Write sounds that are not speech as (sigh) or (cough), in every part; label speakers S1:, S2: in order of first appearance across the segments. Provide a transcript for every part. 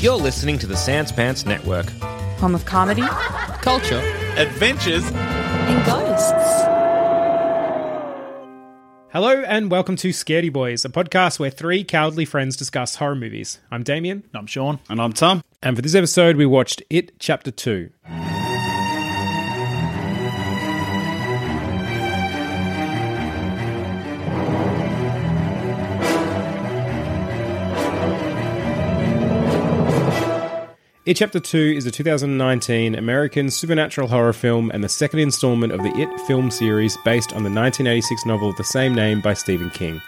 S1: You're listening to the Sans Pants Network.
S2: Home of comedy.
S1: Culture.
S3: Adventures.
S4: and ghosts.
S5: Hello and welcome to Scaredy Boys, a podcast where three cowardly friends discuss horror movies. I'm Damien,
S3: I'm Sean. And I'm Tom.
S5: and for this episode, we watched It Chapter 2. It Chapter 2 is a 2019 American supernatural horror film and the second installment of the It film series based on the 1986 novel of the same name by Stephen King.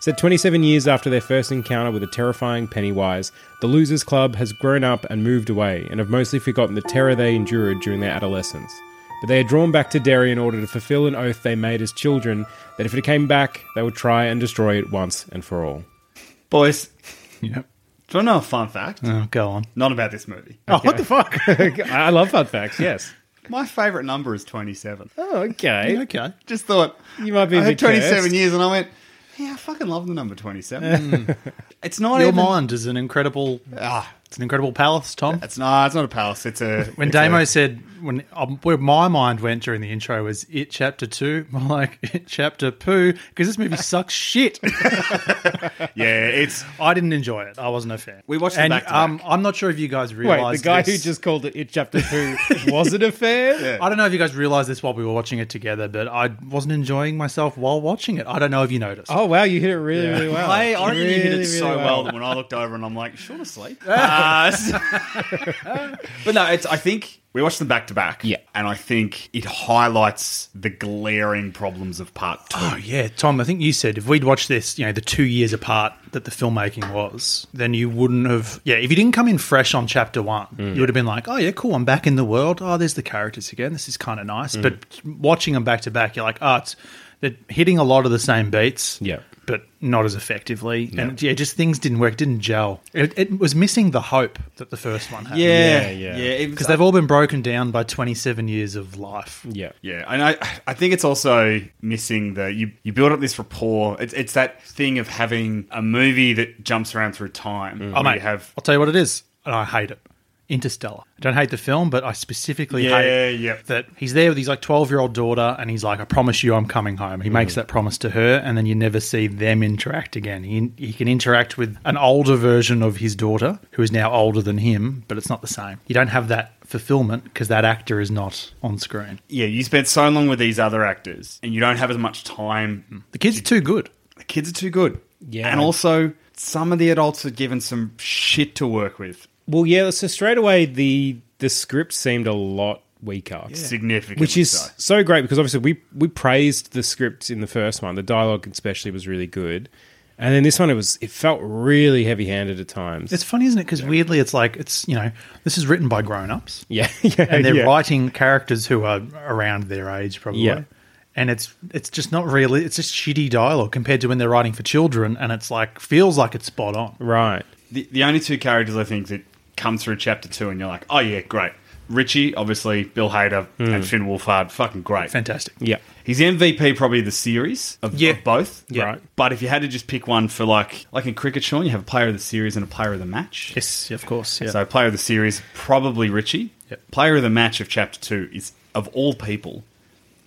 S5: Set 27 years after their first encounter with a terrifying Pennywise, the Losers Club has grown up and moved away and have mostly forgotten the terror they endured during their adolescence. But they are drawn back to Derry in order to fulfill an oath they made as children that if it came back, they would try and destroy it once and for all.
S3: Boys,
S6: Yep.
S3: do you want to know a fun fact?
S6: Oh, go on.
S3: Not about this movie.
S5: Oh, what the fuck? (laughs) I love fun facts, yes.
S3: My favourite number is 27.
S5: (laughs) Oh, okay.
S6: Okay.
S3: Just thought,
S5: You might be a
S3: I had
S5: bit
S3: 27
S5: cursed.
S3: years and I went, yeah, I fucking love the number 27. it's not
S6: Your
S3: even...
S6: mind is an incredible.
S3: Ah,
S6: It's an incredible palace, Tom.
S3: it's not, it's not a palace. It's a...
S6: when
S3: it's a-
S6: Damo said, when um, where my mind went during the intro was it chapter two, (laughs) more like it chapter poo, because this
S5: (laughs)
S6: movie sucks shit.
S3: yeah, it's...
S6: I didn't enjoy it. I wasn't a fan.
S3: We watched them
S6: and,
S3: back-to-back.
S6: Um, I'm not sure if you guys realized.
S5: Wait, the guy who
S6: this-
S5: just called it It
S3: (laughs)
S5: Chapter 2 wasn't a fan?
S6: I don't know if you guys realized this while we were watching it together, but I wasn't enjoying myf while watching it. I don't know if you noticed.
S5: Oh, wow, you hit it really, really well.
S3: I, I reckon you hit it
S5: Really,
S3: so
S5: really
S3: well. that when I looked over and I'm like, short asleep. Uh, so- but no, it's. I think we watched them back to back.
S1: Yeah.
S3: and I think it highlights the glaring problems of part two.
S6: Oh yeah, Tom. I think you said if we'd watched this, you know, the two years apart that the filmmaking was, then you wouldn't have. Yeah, if you didn't come in fresh on chapter one,
S3: Hmm.
S6: you would have been like, "Oh yeah, cool. I'm back in the world. Oh, there's the characters again. This is kind of nice."
S3: Hmm.
S6: But watching them back to back, you're like, "Oh, it's they're hitting a lot of the same beats."
S1: Yeah.
S6: but not as effectively. And yeah, just things didn't work. Didn't gel. It, it was missing the hope that the first one had.
S3: yeah,
S1: yeah.
S3: it was- uh
S6: Because they've all been broken down by 27 years of life.
S1: Yeah.
S3: Yeah, and I I think it's also missing the you you build up this rapport. It's it's that thing of having a movie that jumps around through time. where
S6: Oh,
S3: you
S6: mate,
S3: have
S6: I'll tell you what it is, and I hate it. Interstellar. I don't hate the film, but I specifically
S3: Yeah,
S6: hate
S3: yeah.
S6: that he's there with his like twelve year old daughter, and he's like, "I promise you, I'm coming home." He makes that promise to her, and then you never see them interact again. He he can interact with an older version of his daughter, who is now older than him, but it's not the same. You don't have that fulfillment because that actor is not on screen.
S3: yeah you spend so long with these other actors and you don't have as much time.
S6: The kid's too good.
S3: The kids are too good.
S5: Yeah.
S3: and also some of the adults are given some shit to work with.
S5: Well, yeah. So straight away, the the script seemed a lot weaker,
S3: Significantly
S5: which is
S3: so.
S5: so. great because obviously we we praised the script in the first one. The dialogue especially was really good, and then this one it was it felt really heavy handed at times.
S6: It's funny, isn't it? Because weirdly, it's like it's you know this is written by grown ups.
S5: (laughs) yeah, yeah,
S6: and they're
S5: yeah.
S6: writing characters who are around their age probably
S5: Yeah.
S6: and it's it's just not really it's just shitty dialogue compared to when they're writing for children and it's like feels like it's spot on
S5: Right.
S3: The, the only two characters I think that come through chapter two and you're like, oh yeah, great. Richie, obviously, Bill Hader
S6: Mm.
S3: and Finn Wolfhard, fucking great.
S6: fantastic
S5: Yeah.
S3: He's MVP probably of the series of,
S6: Yeah.
S3: of both.
S6: Yeah.
S5: Right.
S3: But if you had to just pick one for like like in cricket, Sean, you have a player of the series and a player of the match.
S6: yes of course yeah
S3: So player of the series, probably Richie.
S6: Yep.
S3: Player of the match of chapter two is of all people,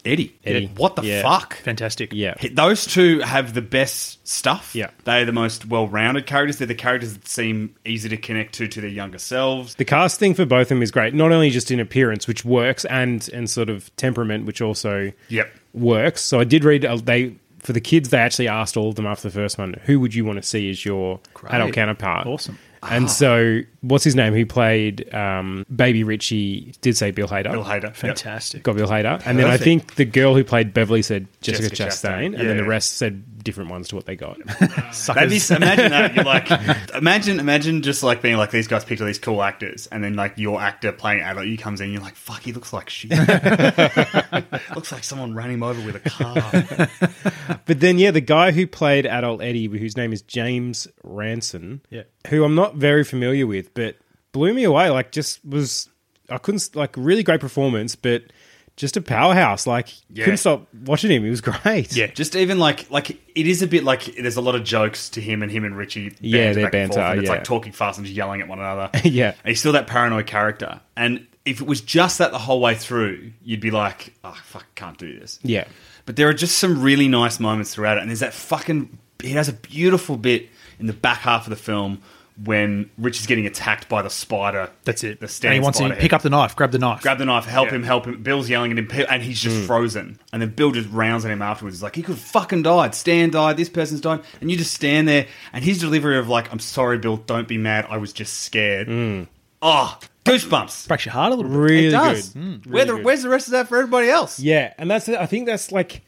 S3: Eddie.
S5: Eddie.
S3: What the
S5: Yeah.
S3: fuck?
S6: Fantastic.
S5: Yeah.
S3: He- Those two have the best stuff.
S5: Yeah.
S3: They're the most well rounded characters. They're the characters that seem easy to connect to to their younger selves.
S5: The casting for both of them is great. Not only just in appearance, which works, and and sort of temperament, which also
S3: Yep.
S5: works. So I did read uh, they for the kids they actually asked all of them after the first one, who would you want to see as your adult counterpart?
S6: Awesome.
S3: Ah.
S5: And so what's his name? Who played um, Baby Richie? Did say Bill Hader.
S3: Bill Hader. Yep.
S6: Fantastic.
S5: Got Bill Hader. And then I
S3: Perfect.
S5: think the girl who played Beverly said Jessica,
S3: Jessica
S5: Chastain,
S3: Chastain.
S5: and then the
S3: Yeah.
S5: rest said different ones to what they got.
S3: That'd be- imagine that. You're
S5: (laughs)
S3: like, imagine, imagine just like being like these guys picked all these cool actors, and then like your actor playing adult, you comes in, you're like, fuck, he looks like
S5: (laughs)
S3: shit. looks like someone ran him over with a car.
S5: But then, yeah, the guy who played adult Eddie, whose name is James Ranson,
S6: Yeah.
S5: who I'm not very familiar with, but blew me away. Like, just was I couldn't like really great performance, but just a powerhouse. Like, couldn't stop watching him. He was (laughs) great.
S6: Yeah.
S3: Just even like like it is a bit like there's a lot of jokes to him and him and Richie. banter
S5: Yeah, they
S3: back and forth,
S5: banter,
S3: and It's
S5: yeah.
S3: like talking fast and just yelling at one another.
S5: (laughs) Yeah.
S3: And he's still that paranoid character. And if it was just that the whole way through, you'd be like, oh, fuck, can't do this.
S5: yeah.
S3: But there are just some really nice moments throughout it. And there's that fucking. It has a beautiful bit in the back half of the film when Rich is getting attacked by the spider.
S6: That's it.
S3: The
S6: and
S3: stand
S6: he wants to
S3: spider
S6: pick up the knife, grab the knife.
S3: grab the knife, help him, help him. Bill's yelling at him, pe- and he's
S6: Mm.
S3: just frozen. And then Bill just rounds at him afterwards. He's like, he could have fucking died. Stan died. This person's died. And you just stand there, and his delivery of like, "I'm sorry, Bill. Don't be mad. I was just scared."
S6: Mm.
S3: Oh, goosebumps.
S6: Breaks your heart a little bit.
S5: Really
S3: it does. Hmm.
S5: good.
S6: Mm.
S3: Where the, Where's the rest of that for everybody else?
S5: Yeah, and that's I think that's like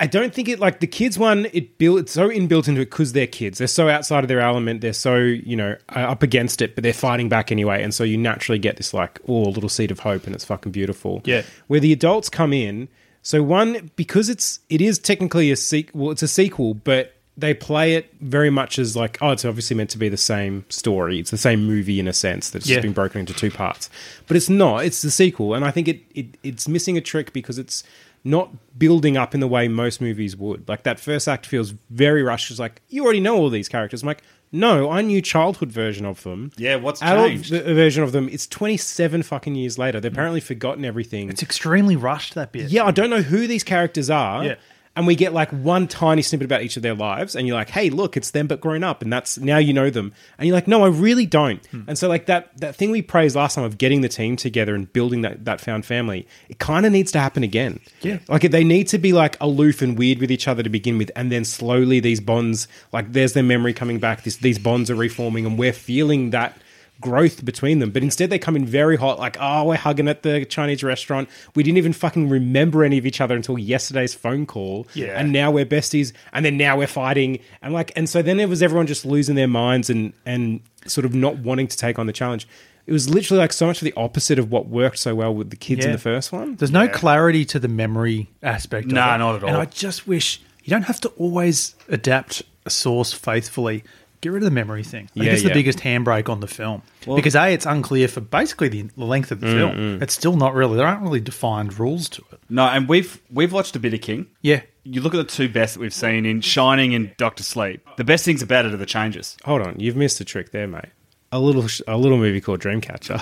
S5: I don't think it like the kids one it built it's so inbuilt into it because they're kids they're so outside of their element they're so you know uh, up against it but they're fighting back anyway and so you naturally get this like oh little seed of hope and it's fucking beautiful
S6: Yeah.
S5: where the adults come in so one because it's it is technically a sequel well it's a sequel but they play it very much as like oh it's obviously meant to be the same story it's the same movie in a sense that's
S6: Yeah.
S5: just been broken broken into two parts. But it's not. It's the sequel, and I think it, it it's missing a trick because it's not building up in the way most movies would. Like that first act feels very rushed. It's like you already know all these characters. I'm like, no, I knew childhood version of them.
S3: Yeah, what's
S5: Adult
S3: changed?
S5: v- version of them. It's 27 fucking years later. They've apparently forgotten everything.
S6: It's extremely rushed, that bit.
S5: yeah, I don't know who these characters are.
S6: Yeah.
S5: And we get like one tiny snippet about each of their lives, and you're like, "Hey, look, it's them, but grown up," and that's now you know them. And you're like, "No, I really don't."
S6: Hmm.
S5: And so, like that that thing we praised last time of getting the team together and building that that found family, it kind of needs to happen again.
S6: Yeah.
S5: like they need to be like aloof and weird with each other to begin with, and then slowly these bonds, like there's their memory coming back. This, these bonds are reforming, and we're feeling that growth between them. But instead, they come in very hot, like, oh, we're hugging at the Chinese restaurant. We didn't even fucking remember any of each other until yesterday's phone call.
S3: Yeah.
S5: And now we're besties. And then now we're fighting. And like, and so then it was everyone just losing their minds and, and sort of not wanting to take on the challenge. It was literally like so much of the opposite of what worked so well with the kids in
S6: Yeah.
S5: the first one.
S6: There's no clarity to the memory aspect. of
S3: Nah,
S6: it.
S3: not at
S6: And
S3: all.
S6: I just wish you don't have to always adapt a source faithfully. Get rid of the memory thing. I think
S5: Yeah,
S6: it's
S5: yeah.
S6: the biggest handbrake on the film because a it's unclear for basically the the length of the film. It's still not really there aren't really defined rules to it.
S3: No, and we've we've watched a bit of King.
S6: Yeah.
S3: You look at the two best that we've seen in Shining and Doctor Sleep. The best things about it are the changes.
S5: Hold on, you've missed a trick there, mate. A little, sh- a little movie called Dreamcatcher.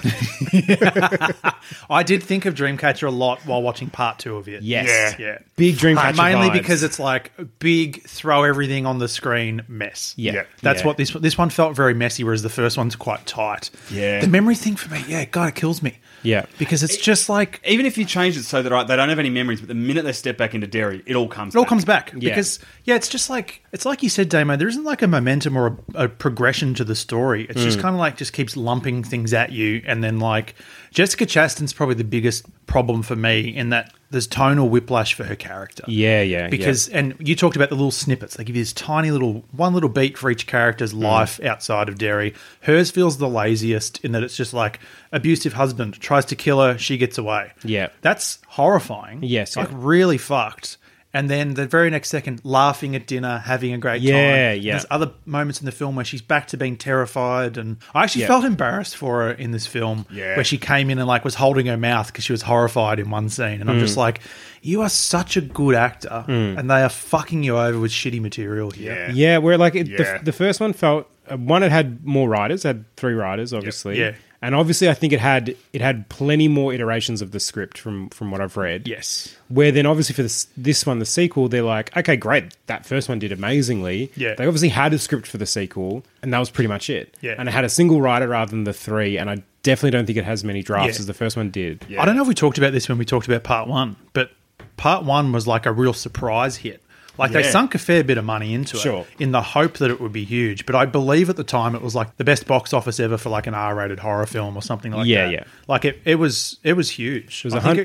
S6: I did think of Dreamcatcher a lot while watching part two of it.
S5: yes,
S6: Yeah.
S5: big Dreamcatcher.
S6: mainly
S5: vibes.
S6: because it's like a big throw everything on the screen mess.
S5: Yeah. Yeah.
S6: That's
S5: Yeah.
S6: what this this one felt very messy, whereas the first one's quite tight.
S3: Yeah.
S6: The memory thing for me, yeah, God, it kills me.
S5: Yeah.
S6: Because it's just like
S3: Even if you change it so that right, they don't have any memories, but the minute they step back into Derry, it all comes.
S6: it all comes back.
S5: Yeah.
S6: Because yeah, it's just like it's like you said, Damo, there isn't like a momentum or a, a progression to the story. It's just kinda like just keeps lumping things at you and then like Jessica Chastain's probably the biggest problem for me in that there's tonal whiplash for her character.
S5: (laughs) yeah, yeah, yeah.
S6: because and you talked about the little snippets they give you this tiny little one little beat for each character's
S5: Mm.
S6: life outside of dairy hers feels the laziest in that it's just like abusive husband tries to kill her she gets away
S5: Yeah.
S6: that's horrifying
S5: Yes,
S6: like
S5: yeah.
S6: really fucked and then the very next second laughing at dinner having a great
S5: Yeah,
S6: time And
S5: yeah.
S6: there's other moments in the film where she's back to being terrified and i actually
S5: Yeah.
S6: felt embarrassed for her in this film
S3: Yeah.
S6: where she came in and like was holding her mouth because she was horrified in one scene, and I'm
S5: Mm.
S6: just like, you are such a good actor, and they are fucking you over with shitty material here.
S3: Yeah.
S5: Yeah, where like it,
S3: Yeah.
S5: the, the first one felt uh, one it had more writers, had three writers obviously.
S6: yeah.
S5: And obviously, I think it had it had plenty more iterations of the script from from what I've read.
S6: Yes.
S5: Where then, obviously, for this this one, the sequel, they're like, okay, great, that first one did amazingly.
S6: Yeah.
S5: They obviously had a script for the sequel, and that was pretty much it.
S6: Yeah.
S5: And it had a single writer rather than the three, and I definitely don't think it has many drafts
S6: Yeah.
S5: as the first one did.
S6: I don't know if we talked about this when we talked about part one, but part one was like a real surprise hit. Like they
S3: Yeah.
S6: sunk a fair bit of money into
S5: Sure.
S6: it in the hope that it would be huge. But I believe at the time it was like the best box office ever for like an R rated horror film or something like
S5: Yeah,
S6: that.
S5: yeah.
S6: Like it, it was it was huge.
S5: It was
S6: I think
S5: 100,
S6: it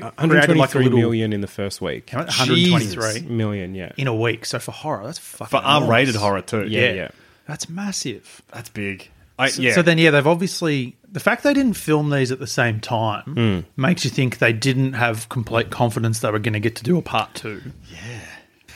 S5: 123
S6: created, like, a little-
S5: million in the first week.
S6: How much? 123
S5: Million, yeah.
S6: in a week. So for horror, that's fucking
S3: for
S6: enormous.
S3: R-rated horror too.
S5: Yeah. yeah.
S6: That's massive.
S3: that's big. I,
S6: So,
S3: yeah,
S6: so then, yeah, they've obviously the fact they didn't film these at the same time
S3: Hmm.
S6: makes you think they didn't have complete confidence they were going to get to do a part two. Yeah,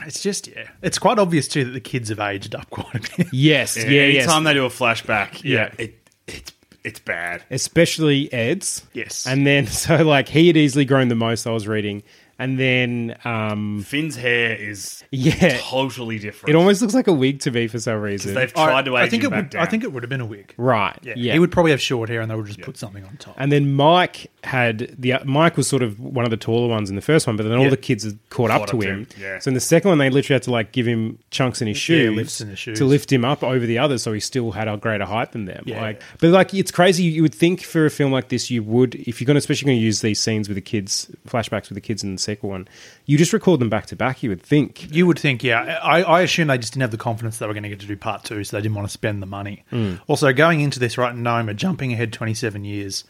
S6: it's just yeah, it's quite obvious too that the kids have aged up quite a bit.
S5: Yes, yeah,
S3: anytime
S5: yes.
S3: they do a flashback, yeah,
S5: Yeah.
S3: it, it's it's bad.
S5: especially Ed's.
S6: Yes.
S5: And then (laughs) so like he had easily grown the most I was reading. And then um
S3: Finn's hair is
S5: Yeah.
S3: totally different.
S5: it almost looks like a wig to me for some reason.
S3: they've (laughs) tried to age
S6: I think
S3: him
S6: it
S3: back
S6: would.
S3: down.
S6: I think it would have been a wig.
S5: right.
S6: Yeah.
S5: Yeah.
S6: he would probably have short hair, and they would just put something on top.
S5: and then Mike had the uh, Mike was sort of one of the taller ones in the first one, but then all
S6: Yeah.
S5: the kids had caught, up, to him.
S3: yeah.
S5: So in the second one, they literally had to like give him chunks in his
S6: Yeah,
S5: shoes,
S6: lifts in his shoes.
S5: to lift him up over the others, so he still had a greater height than them.
S6: Yeah.
S5: Like, but like it's crazy. You would think for a film like this, you would if you're going to especially going to use these scenes with the kids, flashbacks with the kids in the second one, you just record them back to back. You would think.
S6: You would think, yeah. I, I assume they just didn't have the confidence they were going to get to do part two, so they didn't want to spend the money.
S5: Hmm.
S6: Also, going into this right now, we're jumping ahead 27 years.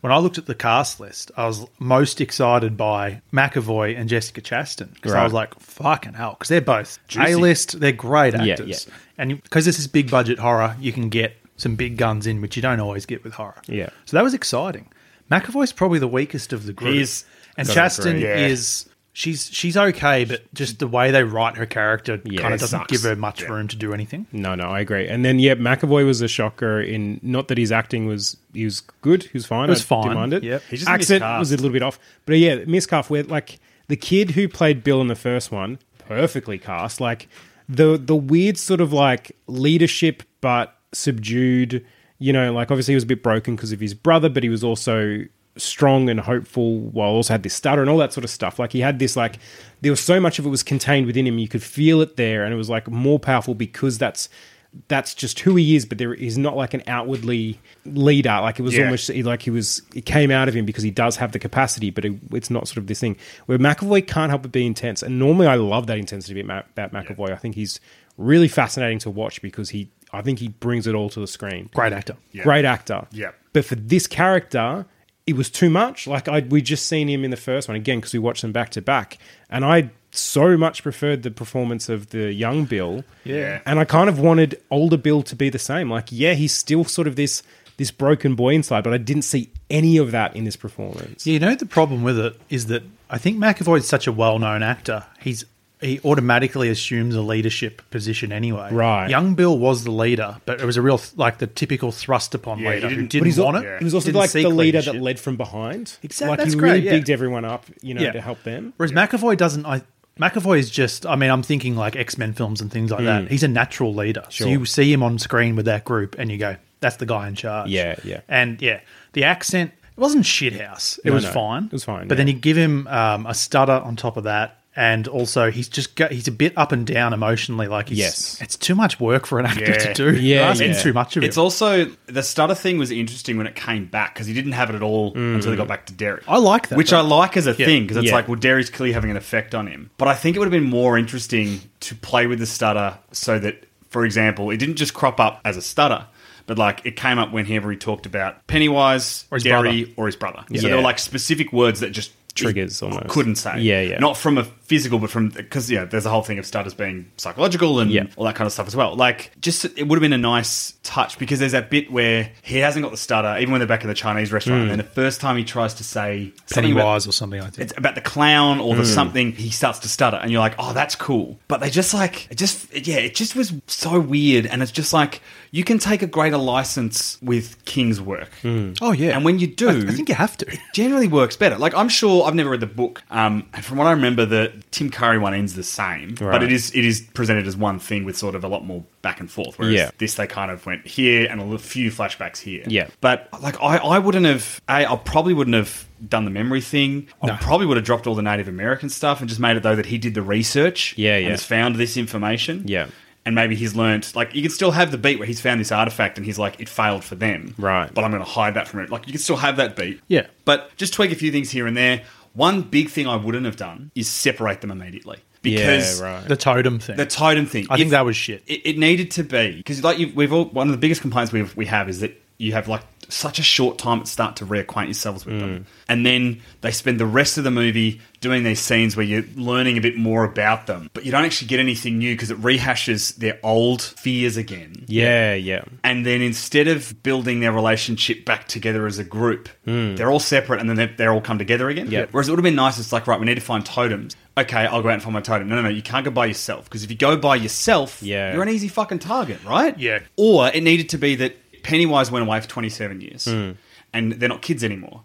S6: When I looked at the cast list, I was most excited by McAvoy and Jessica Chastain because I was like, fucking hell, because they're both A list, they're great
S5: Yeah,
S6: actors.
S5: yeah.
S6: And because this is big budget horror, you can get some big guns in, which you don't always get with horror.
S5: Yeah.
S6: So that was exciting. McAvoy's probably the weakest of the group.
S3: He's-
S6: and
S5: Gotta
S6: Chastain
S5: agree.
S3: Yeah.
S6: is she's she's okay, but just the way they write her character
S5: Yeah,
S6: kind
S5: it
S6: of doesn't
S5: sucks.
S6: give her much room to do anything.
S5: No, no, I agree. And then yeah, McAvoy was a shocker in not that his acting was he was good, he was fine. It
S6: was fine,
S5: Didn't mind it.
S6: yep.
S3: He's just
S5: Accent
S3: miscast.
S5: was a little bit off. But yeah, miscast where like the kid who played Bill in the first one, perfectly cast. Like the the weird sort of like leadership but subdued, you know, like obviously he was a bit broken because of his brother, but he was also strong and hopeful while also had this stutter and all that sort of stuff. Like he had this like there was so much of it was contained within him. You could feel it there and it was like more powerful because that's that's just who he is, but there he's not like an outwardly leader. Like it was
S3: Yeah.
S5: almost like he was it came out of him because he does have the capacity, but it, it's not sort of this thing where McAvoy can't help but be intense. And normally, I love that intensity about, Ma- about McAvoy. I think he's really fascinating to watch because he, I think he brings it all to the screen.
S6: Great actor.
S5: Great actor.
S3: Yeah.
S5: But for this character, it was too much. Like I we just seen him in the first one again because we watched them back to back, and I so much preferred the performance of the young Bill.
S3: Yeah.
S5: And I kind of wanted older Bill to be the same. Like yeah, he's still sort of this this broken boy inside, but I didn't see any of that in this performance.
S6: Yeah, you know the problem with it is that I think McAvoy's such a well-known actor. He's he automatically assumes a leadership position anyway.
S5: Right.
S6: Young Bill was the leader, but it was a real th- like the typical thrust upon
S3: Yeah, he
S6: leader who
S3: didn't-
S6: didn't
S5: But he's al-
S6: want it.
S5: He was also
S6: didn't
S5: like
S6: seek
S5: the leader that
S6: leadership.
S5: led from behind.
S6: Exactly,
S5: Like
S6: that's
S5: he
S6: great,
S5: really
S6: yeah.
S5: bigged everyone up, you know,
S6: Yeah.
S5: to help them.
S6: Whereas McAvoy doesn't. I McAvoy is just. I mean, I'm thinking like X Men films and things like that. He's a natural leader. So
S5: Hmm. Sure.
S6: you see him on screen with that group, and you go, "That's the guy in charge."
S5: Yeah, yeah.
S6: And yeah, the accent. It wasn't shithouse. It
S5: No,
S6: was
S5: no.
S6: fine.
S5: It was fine,
S6: But then
S5: yeah.
S6: you give him um, a stutter on top of that. And also, he's just go, he's a bit up and down emotionally. Like, he's,
S5: Yes.
S6: it's too much work for an actor
S3: Yeah.
S6: to do.
S5: Yeah,
S6: You're asking
S5: yeah.
S6: too much of
S3: It's
S6: him.
S3: also the stutter thing was interesting when it came back because he didn't have it at all until he got back to Derry.
S6: Mm. I like that,
S3: which
S6: though.
S3: I like as a
S6: Yeah.
S3: thing because it's
S5: Yeah.
S3: like, well, Derry's clearly having an effect on him. But I think it would have been more interesting to play with the stutter so that, for example, it didn't just crop up as a stutter, but like it came up whenever he talked about Pennywise,
S6: Or his
S3: Derry,
S6: brother.
S3: or his brother. So
S5: Yeah.
S3: there were like specific words that just
S5: Triggers
S3: he
S5: almost.
S3: couldn't say.
S5: Yeah, yeah.
S3: Not from a physical, but from because yeah, there's a whole thing of stutters being psychological and
S5: Yeah.
S3: all that kind of stuff as well. Like, just it would have been a nice touch because there's that bit where he hasn't got the stutter, even when they're back in the Chinese restaurant, and then the first time he tries to say something about,
S6: Pennywise or something. I think
S3: it's about the clown or the something, he starts to stutter, and you're like, oh, that's cool. But they just like, it just yeah, it just was so weird, and it's just like you can take a greater license with King's work.
S6: Oh yeah,
S5: Mm.
S3: And when you do-
S6: I, I think you have to.
S3: Generally works better. Like I'm sure I've never read the book, um, and from what I remember, the Tim Curry one ends the same, but it is it is presented as one thing with sort of a lot more back and forth. Whereas
S5: Yeah.
S3: this, they kind of went here and a li- few flashbacks here.
S5: Yeah.
S3: but like I, I wouldn't have. A, I probably wouldn't have done the memory thing. I probably would have dropped all the Native American stuff and just made it though that he did the research.
S5: Yeah,
S3: and
S5: yeah.
S3: has found this information.
S5: Yeah.
S3: And maybe he's learnt, like, you can still have the beat where he's found this artifact and he's like, it failed for them.
S5: Right.
S3: But I'm going to hide that from it. Like, you can still have that beat.
S6: Yeah.
S3: But just tweak a few things here and there. One big thing I wouldn't have done is separate them immediately. Because
S5: yeah, right.
S6: The totem thing.
S3: the totem thing.
S6: I think
S3: if-
S6: that was shit.
S3: It, it needed to be. Because, like, you, we've all, one of the biggest complaints we've, we have is that you have, like, such a short time to start to reacquaint yourselves with
S6: Mm.
S3: them. And then they spend the rest of the movie doing these scenes where you're learning a bit more about them, but you don't actually get anything new because it rehashes their old fears again
S5: Yeah, yeah.
S3: and then instead of building their relationship back together as a group,
S5: Hmm.
S3: they're all separate and then they're, they're all come together again.
S5: Yeah.
S3: Whereas it would have been nice. It's like right, we need to find totems. Okay, I'll go out and find my totem. No, no, no, you can't go by yourself because if you go by yourself,
S5: Yeah.
S3: you're an easy fucking target, right?
S6: Yeah.
S3: Or it needed to be that Pennywise went away for 27 years
S5: Hmm.
S3: and they're not kids anymore.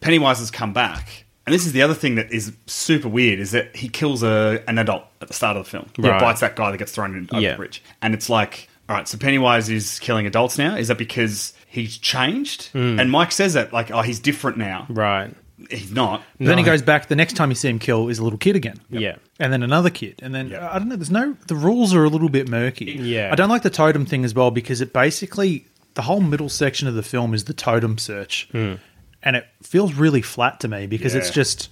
S3: Pennywise has come back. And this is the other thing that is super weird is that he kills a, an adult at the start of the film.
S5: Right.
S3: He bites that guy that gets thrown in over
S5: Yeah.
S3: the bridge. And it's like, all right, so Pennywise is killing adults now. Is that because he's changed? And Mike says that, like, oh, he's different now.
S5: Hmm. Right.
S3: He's not.
S6: then he goes back. The next time you see him kill is a little kid again.
S5: Yeah.
S6: And then another kid. And then
S3: Yeah.
S6: I don't know. There's no. The rules are a little bit murky.
S5: Yeah.
S6: I don't like the totem thing as well because it basically the whole middle section of the film is the totem search,
S5: Hmm.
S6: and it feels really flat to me because it's
S3: Yeah.
S6: just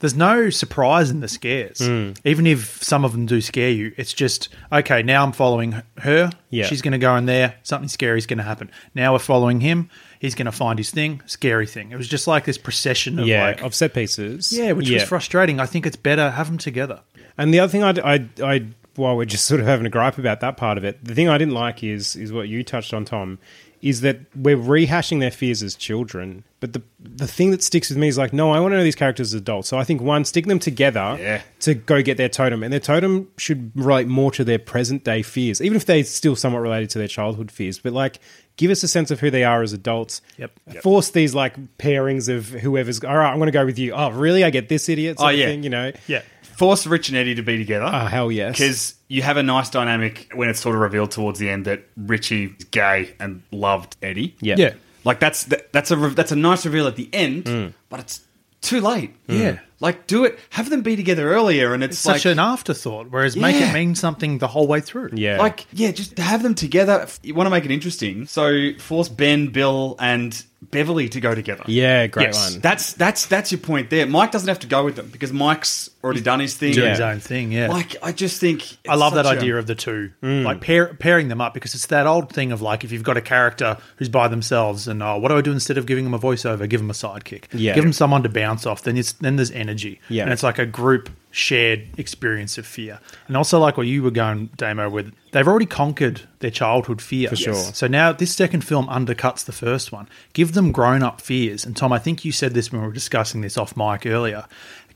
S6: there's no surprise in the scares.
S5: Hmm.
S6: Even if some of them do scare you, it's just okay. Now I'm following her.
S5: Yeah.
S6: She's going to go in there. Something scary is going to happen. Now we're following him. He's going to find his thing. Scary thing. It was just like this procession of
S5: Yeah,
S6: like
S5: of set pieces.
S6: yeah, which was frustrating. I think it's better have them together.
S5: And the other thing I, I, I, while we're just sort of having a gripe about that part of it, the thing I didn't like is, is what you touched on, Tom, is that we're rehashing their fears as children. But the, the thing that sticks with me is like, no, I want to know these characters as adults. So I think one, stick them together
S3: Yeah.
S5: to go get their totem, and their totem should relate more to their present day fears, even if they're still somewhat related to their childhood fears. But like, give us a sense of who they are as adults.
S6: Yep. Yep.
S5: Force these like pairings of whoever's. All right, I'm going to go with you. Oh, really? I get this idiot. Sort
S3: Oh,
S5: of
S3: yeah.
S5: thing, you know.
S6: Yeah.
S3: Force Rich and Eddie to be together.
S5: Oh hell yes.
S3: Because you have a nice dynamic when it's sort of revealed towards the end that Richie is gay and loved Eddie.
S5: Yeah.
S6: Yeah.
S3: Like that's that, that's a re- that's a nice reveal at the end,
S5: Hmm.
S3: but it's too late.
S6: Yeah.
S3: Like do it. Have them be together earlier, and it's,
S6: It's
S3: like
S6: such an afterthought, whereas make it
S3: Yeah.
S6: mean something the whole way through.
S5: Yeah.
S3: Like, yeah, just have them together. You want to make it interesting, so force Ben, Bill, and Beverly to go together.
S5: yeah, great
S6: Yes.
S5: one.
S3: that's that's that's your point there. Mike doesn't have to go with them because Mike's already done his thing.
S6: Doing
S5: Yeah.
S6: his own thing, yeah.
S3: Like, I just think it's
S6: I love that
S3: such a-
S6: idea of the two, like pair, pairing them up, because it's that old thing of like if you've got a character who's by themselves, and oh, what do I do instead of giving them a voiceover? Give them a sidekick.
S5: Yeah.
S6: Give them someone to bounce off. Then it's then there's energy.
S5: Yeah.
S6: And it's like a group shared experience of fear, and also like what you were going, Damo, with they've already conquered their childhood fear. For
S5: sure.
S6: So now this second film undercuts the first one. Give them grown up fears. And Tom, I think you said this when we were discussing this off mic earlier.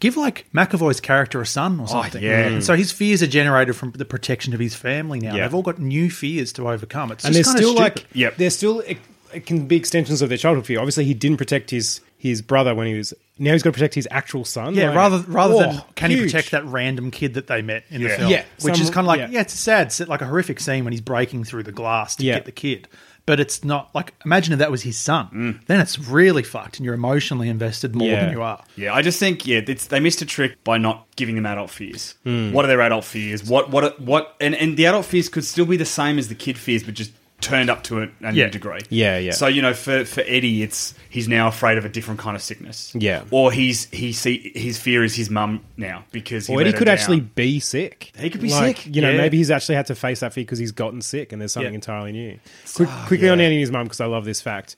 S6: Give like McAvoy's character a son or something.
S3: Oh, yeah.
S6: And so his fears are generated from the protection of his family now.
S5: Yeah.
S6: They've all got new fears to overcome. It's
S5: and
S6: just
S5: there's
S6: kind
S5: still
S6: of stupid.
S5: like
S3: Yep.
S5: there's still it, it can be extensions of their childhood fear. Obviously, he didn't protect his his brother when he was. Now he's got to protect his actual son.
S6: yeah,
S5: like-
S6: rather rather than
S5: Oh,
S6: can he
S5: huge.
S6: protect that random kid that they met in the
S3: Yeah.
S6: film,
S5: Yeah,
S6: which
S5: some-
S6: is kind of like
S5: yeah.
S6: yeah. it's a sad, it's like a horrific scene when he's breaking through the glass to
S5: Yeah.
S6: get the kid. But it's not like imagine if that was his son.
S3: Mm.
S6: Then it's really fucked, and you're emotionally invested more
S5: Yeah.
S6: than you are.
S3: Yeah, I just think yeah, it's, they missed a trick by not giving them adult fears.
S5: Hmm.
S3: What are their adult fears? What what what? And and the adult fears could still be the same as the kid fears, but just turned up to a, a
S6: Yeah.
S3: new degree.
S5: Yeah, yeah.
S3: So you know, for for Eddie, it's he's now afraid of a different kind of sickness.
S5: Yeah.
S3: or he's he see his fear is his mum now because he
S5: Or
S3: let
S5: Eddie
S3: her
S5: could
S3: down.
S5: actually be sick.
S3: He could be
S5: Like,
S3: sick,
S5: You know,
S3: yeah.
S5: maybe he's actually had to face that fear because he's gotten sick and there's something
S6: Yeah.
S5: entirely new. Quick, quickly on Eddie and his mum because I love this fact.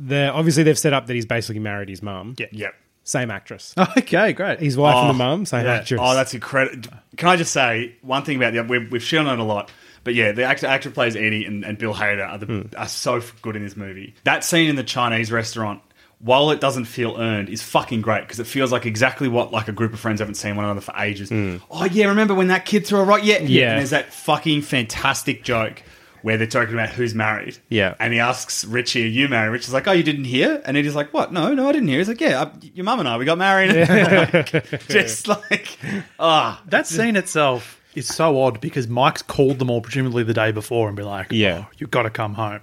S5: The, obviously, they've set up that he's basically married his mum.
S6: Yeah.
S3: Yep.
S5: Same actress.
S6: (laughs) Okay, great.
S5: His wife and
S3: Oh,
S5: the mum, same
S6: yeah.
S5: actress.
S3: Oh, that's incredible. Can I just say one thing about the we've, we've shit on it a lot, but yeah, the actor actor who plays Eddie and, and Bill Hader are, the, are so f- good in this movie. That scene in the Chinese restaurant, while it doesn't feel earned, is fucking great because it feels like exactly what like a group of friends haven't seen one another for ages. Oh yeah, remember when that kid threw a rock? Yeah,
S5: Yeah.
S3: And there's that fucking fantastic joke where they're talking about who's married.
S5: Yeah.
S3: And he asks Richie, "Are you married?" Richie's like, "Oh, you didn't hear?" And Eddie's like, "What? No, no, I didn't hear." He's like, "Yeah, I, your mum and I, we got married." (laughs) Like, just like, ah,
S6: That scene itself is so odd because Mike's called them all presumably the day before and be like,
S5: Yeah.
S6: "Oh, you've got to come home."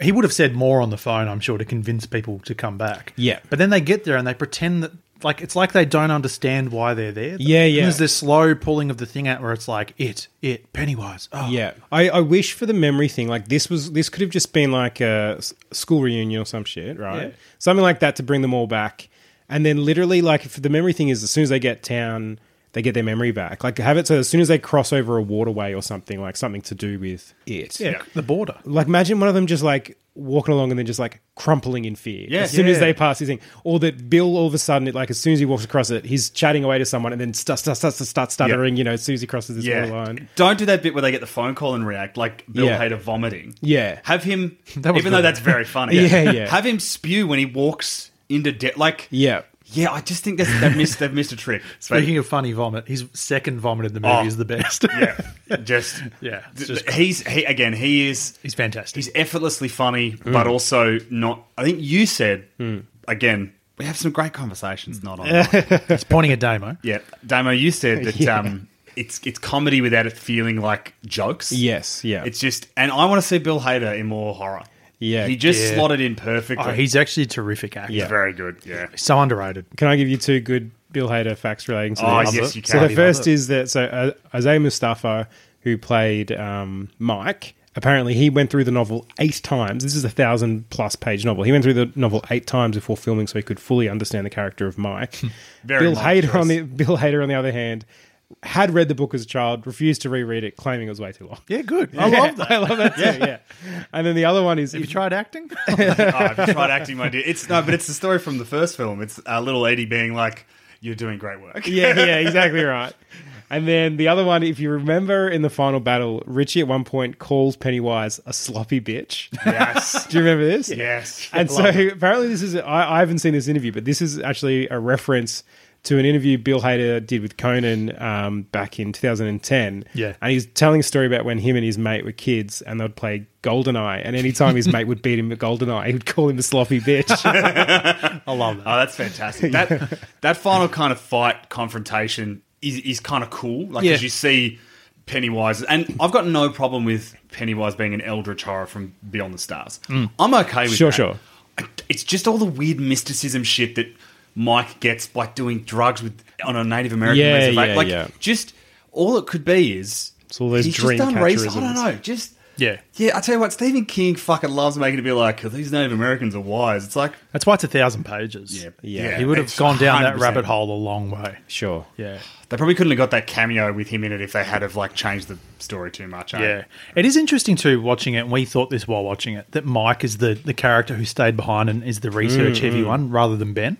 S6: He would have said more on the phone, I'm sure, to convince people to come back.
S5: Yeah.
S6: But then they get there and they pretend that, like, it's like they don't understand why they're there.
S5: Yeah, yeah.
S6: There's this slow pulling of the thing out where it's like, it, it, Pennywise. Oh.
S5: Yeah, I, I wish for the memory thing. Like this was this could have just been like a s- school reunion or some shit, right?
S6: Yeah.
S5: Something like that to bring them all back, and then literally like if the memory thing is as soon as they get town, they get their memory back. Like have it so as soon as they cross over a waterway or something, like something to do with it.
S6: Yeah, the border.
S5: Like imagine one of them just like walking along and then just like crumpling in fear
S3: Yeah.
S5: as soon as
S6: Yeah.
S5: they pass his thing, or that Bill all of a sudden it like as soon as he walks across it, he's chatting away to someone and then starts starts starts start stuttering. You know, as soon as he crosses this
S3: yeah.
S5: water line.
S3: Don't do that bit where they get the phone call and react like Bill
S5: Yeah.
S3: Hader vomiting.
S5: Yeah.
S3: Have him,
S6: (laughs) That was
S3: even though
S6: good.
S3: that's very
S6: (laughs)
S3: funny.
S5: Yeah, yeah.
S3: Have him spew when he walks into debt. Like,
S5: Yeah.
S3: yeah, I just think that's, they've missed. They've missed a trick.
S6: (laughs) Speaking of funny vomit, his second vomit in the movie
S3: Oh.
S6: is the best.
S3: yeah, just
S6: Yeah, it's just-
S3: he's he again. He is
S6: (laughs) He's fantastic.
S3: He's effortlessly funny,
S5: Mm.
S3: but also not. I think you said again. We have some great conversations, not
S5: (laughs)
S3: on.
S6: He's pointing at Damo.
S3: yeah, Damo, you said that um, it's it's comedy without it feeling like jokes.
S5: Yes, yeah.
S3: It's just, and I want to see Bill Hader in more horror.
S5: Yeah.
S3: he just
S6: Yeah.
S3: slotted in perfectly.
S6: Oh, he's actually a terrific actor.
S5: Yeah.
S3: very good. Yeah,
S6: So underrated.
S5: Can I give you two good Bill Hader facts relating to
S3: Oh,
S5: this?
S3: yes, you
S5: So
S3: can.
S5: the
S3: Love
S5: first
S6: it.
S5: is that so uh, Isaiah Mustafa, who played um, Mike, apparently he went through the novel eight times. This is a thousand plus page novel. He went through the novel eight times before filming, so he could fully understand the character of Mike.
S3: Very
S5: Bill
S3: Mike
S5: Hader on
S3: choice.
S5: the Bill Hader on the other hand. Had read the book as a child, refused to reread it, claiming it was way too long. (laughs)
S6: Yeah, good. I love that.
S5: I love that too. Yeah, and then the other one is
S6: Have you tried acting?
S3: oh, I've tried acting, my dear. It's no, but it's the story from the first film. It's uh, little Edie being like, "You're doing great
S5: (laughs)
S3: work."
S5: yeah, yeah, exactly right. And then the other one, if you remember in the final battle, Richie at one point calls Pennywise a sloppy bitch.
S3: Yes.
S5: (laughs) Do you remember this?
S3: Yes.
S5: And so apparently this is I, I haven't seen this interview, but this is actually a reference to an interview Bill Hader did with Conan um, back in 2010.
S6: Yeah.
S5: And he's telling a story about when him and his mate were kids and they'd play Goldeneye. And
S3: (laughs)
S5: anytime his mate would beat him at Goldeneye, he would call him a sloppy bitch.
S6: I love that.
S3: Oh, that's fantastic.
S5: (laughs)
S3: That that final kind of fight confrontation is, is kind of cool. Like,
S6: Yeah.
S3: as you see Pennywise, and I've got no problem with Pennywise being an eldritch horror from Beyond the Stars. I'm okay with
S5: Mm. Sure,
S3: that.
S5: sure.
S3: I- It's just all the weird mysticism shit that Mike gets by doing drugs with on a Native American
S5: Yeah,
S3: reservation.
S5: yeah,
S3: like,
S5: yeah.
S3: just all it could be is.
S5: It's all those
S3: he's just
S5: dream
S3: done research. I don't
S5: catcherisms.
S3: know. Just
S6: Yeah.
S3: yeah. I tell you what, Stephen King fucking loves making it be like "Oh, these Native Americans are wise. It's like
S6: (laughs) That's why it's a thousand pages.
S3: Yeah,
S5: Yeah.
S6: He would have
S3: it's
S6: gone down that
S3: 100%.
S6: rabbit hole a long way.
S5: sure.
S6: Yeah.
S3: They probably couldn't have got that cameo with him in it if they had have like changed the story too much. eh?
S6: Yeah. It is interesting too watching it, and we thought this while watching it, that Mike is the, the character who stayed behind and is the
S3: Mm,
S6: research heavy one rather than Ben.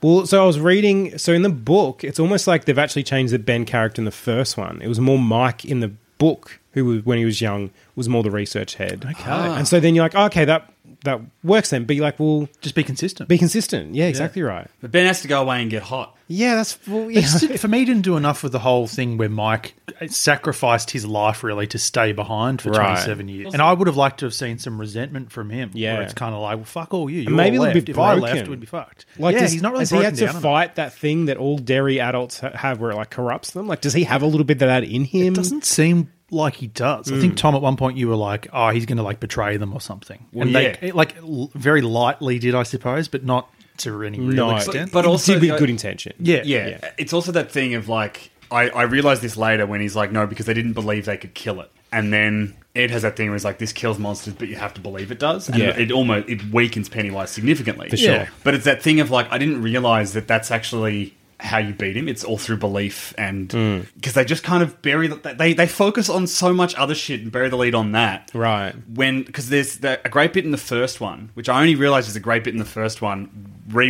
S5: Well, so I was reading. So in the book, it's almost like they've actually changed the Ben character in the first one. It was more Mike in the book, who was when he was young was more the research head. Okay,
S3: Ah.
S5: and so then you're like, oh, okay, that that works then. But you're like, well,
S6: Just be consistent.
S5: be consistent. Yeah, exactly right.
S3: but Ben has to go away and get hot.
S5: Yeah, that's (laughs) well, yeah.
S6: It's just- for me, it didn't do enough with the whole thing where Mike sacrificed his life really to stay behind for
S5: Right.
S6: 27 years. And I would have liked to have seen some resentment from him. where
S5: Yeah.
S6: it's kind of like, well, fuck all you. You
S5: And maybe
S6: all
S5: a
S6: left.
S5: little bit
S6: if I left,
S5: broken.
S6: we'd be fucked.
S5: Like,
S6: (laughs) yeah,
S5: does,
S6: he's not really
S5: does he
S6: broken
S5: had to
S6: down enough.
S5: fight that thing that all dairy adults ha- have, where it like corrupts them. Like, does he have a little bit of that in him? Hmm.
S6: It doesn't seem like he does. I think Tom at one point you were like, "Oh, he's going to like betray them or something," and
S3: yeah.
S6: they it, like l- very lightly did, I suppose, but not to any real
S5: No,
S6: extent.
S3: but
S5: It
S3: also
S5: did with
S3: the-
S5: good intention.
S6: yeah,
S3: Yeah. It's also that thing of like, I, I realized this later when he's like, no, because they didn't believe they could kill it. And then Ed has that thing where he's like, this kills monsters, but you have to believe it does. And
S5: Yeah.
S3: it, almost, it weakens Pennywise significantly. For
S5: sure.
S6: Yeah.
S3: But it's that thing of like, I didn't realize that that's actually how you beat him. It's all through belief and, because they just kind of bury, the, they, they focus on so much other shit and bury the lead on that.
S5: Right.
S3: when because there's the, a great bit in the first one, which I only realized is a great bit in the first one,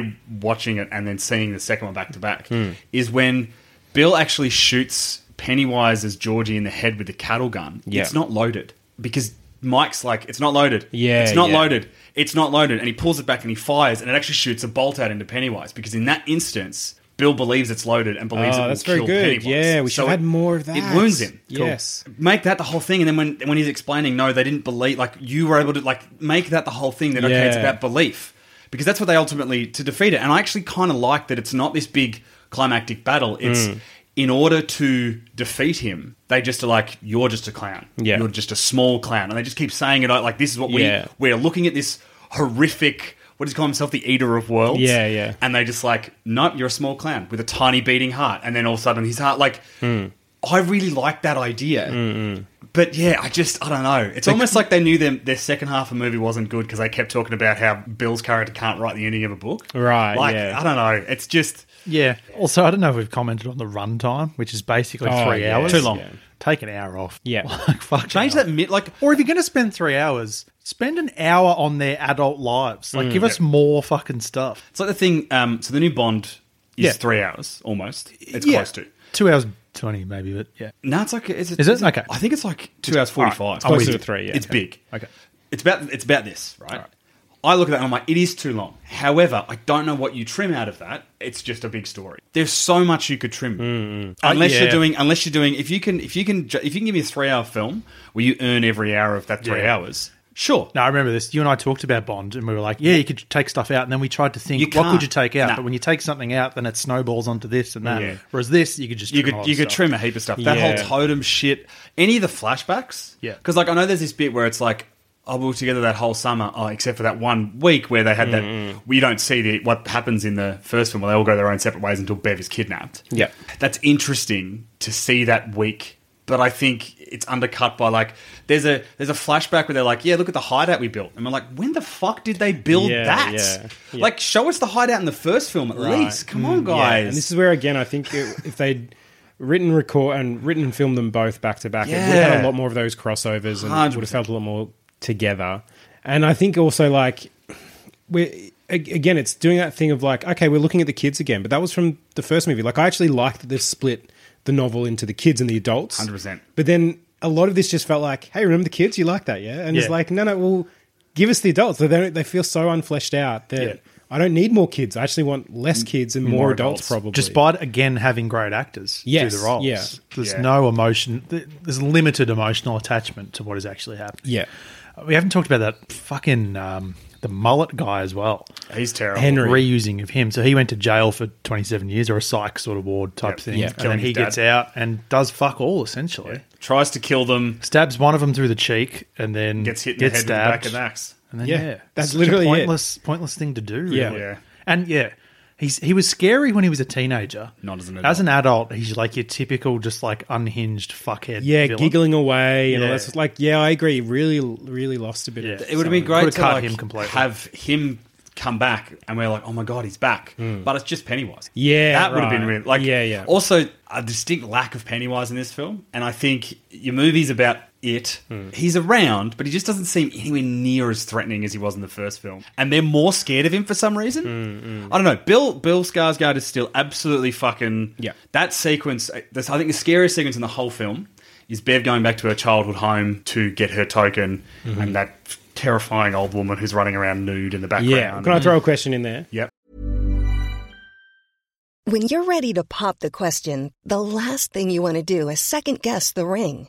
S3: re-watching it and then seeing the second one back to back,
S5: Hmm.
S3: is when Bill actually shoots Pennywise as Georgie in the head with the cattle gun.
S5: Yeah.
S3: It's not loaded because Mike's like, it's not loaded.
S5: Yeah,
S3: it's not
S5: yeah.
S3: loaded. It's not loaded, and he pulls it back and he fires, and it actually shoots a bolt out into Pennywise because in that instance. Bill believes it's loaded and believes
S5: Ah,
S3: it will
S5: that's very
S3: kill
S5: good.
S3: Pennywise.
S5: Yeah, we should
S3: So
S5: have
S3: it-
S5: had more of that.
S3: It wounds him.
S5: Cool. Yes.
S3: Make that the whole thing, and then when when he's explaining, no, they didn't believe. Like you were able to like make that the whole thing. That okay, it's
S5: Yeah.
S3: about belief because that's what they ultimately to defeat it. And I actually kind of like that it's not this big climactic battle. It's
S5: Mm.
S3: in order to defeat him, they just are like, you're just a clown.
S5: Yeah.
S3: you're just a small clown, and they just keep saying it like this is what
S5: Yeah.
S3: we we're looking at this horrific. What does he call himself? The eater of worlds.
S5: Yeah, yeah.
S3: And they just like, nope, you're a small clown with a tiny beating heart. And then all of a sudden his heart, like,
S5: Hmm.
S3: I really like that idea. But yeah, I just, I don't know. It's almost like they knew them, their second half of the movie wasn't good because they kept talking about how Bill's character can't write the ending of a book.
S5: Right,
S3: Like,
S5: yeah.
S3: I don't know. It's just,
S6: Yeah. Also, I don't know if we've commented on the runtime, which is basically
S5: Oh,
S6: three
S5: yeah.
S6: hours.
S5: Too long. Yeah.
S6: Take an hour off.
S5: Yeah.
S6: (laughs) Like, fuck.
S3: change
S6: it up.
S3: that mid, like,
S6: Or if you're going to spend three hours, spend an hour on their adult lives.
S3: Mm.
S6: Like, give us more fucking stuff.
S3: it's like the thing, um, so the new Bond is
S6: Yeah.
S3: three hours almost. It's
S6: Yeah.
S3: close to.
S6: Two hours, 20 maybe, but yeah.
S3: No, it's like, is it?
S6: Is it? Okay.
S3: I think it's like two hours 45.
S6: All right.
S5: Closer
S6: I'm with
S5: to
S6: you.
S5: three, yeah.
S3: It's
S5: Okay.
S3: big.
S6: Okay.
S3: It's about it's about this, right? I look at that and I'm like, it is too long. However, I don't know what you trim out of that. It's just a big story. There's so much you could trim, unless
S6: yeah.
S3: you're doing unless you're doing if you can if you can ju- if you can give me a three hour film where you earn every hour of that three
S6: Yeah.
S3: hours. Sure,
S6: No, I remember this. You and I talked about Bond, and we were like, "Yeah, you could take stuff out." And then we tried to think,
S3: You
S6: what could
S3: can't.
S6: you take out?
S3: Nah.
S6: But when you take something out, then it snowballs onto this and that.
S3: Yeah.
S6: Whereas this, you could just
S3: you
S6: trim all
S3: could
S6: the
S3: you could
S6: stuff.
S3: trim a heap of stuff. That
S5: Yeah.
S3: whole totem shit, any of the flashbacks,
S6: Yeah.
S3: Because like I know there's this bit where it's like, oh, we were together that whole summer, oh, except for that one week where they had
S5: Mm-hmm.
S3: that. We don't see the what happens in the first film where they all go their own separate ways until Bev is kidnapped.
S5: Yeah.
S3: that's interesting to see that week. But I think it's undercut by like there's a there's a flashback where they're like, yeah, look at the hideout we built, and we're like, when the fuck did they build
S5: Yeah,
S3: that?
S5: yeah, yeah. Mm,
S3: Like, show us the hideout in the first film at least. Come on,
S5: Yeah,
S3: guys.
S5: and this is where again I think it, if they'd written record and written and filmed them both back to back, it would have had a
S3: Yeah.
S5: lot more of those crossovers and it
S3: 100%.
S5: would have felt a lot more together. And I think also like we again it's doing that thing of like okay we're looking at the kids again, but that was from the first movie. Like I actually like that they've split the novel into the kids and the adults.
S3: 100%.
S5: But then a lot of this just felt like hey remember the kids you like that yeah and it's
S6: Yeah.
S5: like no no well give us the adults they don't they feel so unfleshed out that.
S6: Yeah.
S5: I don't need more kids. I actually want less kids and more,
S3: more
S5: adults,
S3: adults.
S5: probably.
S6: Despite again having great actors
S5: Yes,
S6: do the roles,
S5: yeah.
S6: there's
S3: Yeah.
S6: no emotion. th- There's limited emotional attachment to what is actually happening.
S5: yeah,
S6: we haven't talked about that fucking um, the mullet guy as well.
S3: He's terrible.
S5: Henry.
S6: reusing of him. So he went to jail for 27 years or a psych sort of ward type
S3: Yep.
S6: thing.
S5: Yeah.
S6: And then
S3: Killing
S6: he
S3: his dad.
S6: gets out and does fuck all essentially.
S3: tries to kill them,
S6: Stabs one of them through the cheek and then
S3: gets hit in
S6: gets
S3: the head
S6: stabbed.
S3: with the back of an axe.
S6: And then,
S5: Yeah,
S6: yeah,
S5: that's
S6: Such a
S5: literally it.
S6: pointless, pointless thing to do.
S5: Yeah.
S6: really.
S3: Yeah.
S6: and yeah, he's he was scary when he was a teenager.
S3: Not as an
S6: As an adult, he's like your typical, just like unhinged fuckhead.
S5: yeah,
S6: villain.
S5: giggling away and all
S6: Yeah.
S5: that. stuff. Like, yeah, I agree. Really, really lost a bit.
S6: Yeah.
S5: of
S3: It would have been
S5: something.
S3: great
S6: Could've
S3: to
S6: cut
S3: like,
S6: him completely.
S3: have him come back, and we're like, oh my god, he's back.
S6: Hmm.
S3: But it's just Pennywise.
S5: Yeah,
S3: that would have been
S5: right.
S3: really like.
S5: Yeah, yeah.
S3: Also, a distinct lack of Pennywise in this film, and I think your movie's about it.
S6: Hmm.
S3: He's around, but he just doesn't seem anywhere near as threatening as he was in the first film. And they're more scared of him for some reason.
S6: Hmm.
S3: I don't know. Bill Bill Skarsgård is still absolutely fucking.
S5: Yeah.
S3: That sequence, uh, this, I think the scariest sequence in the whole film is Bev going back to her childhood home to get her token and that terrifying old woman who's running around nude in the background.
S5: Mm-hmm. Yeah, can I throw a question in there?
S3: Yep.
S7: When you're ready to pop the question, the last thing you want to do is second guess the ring.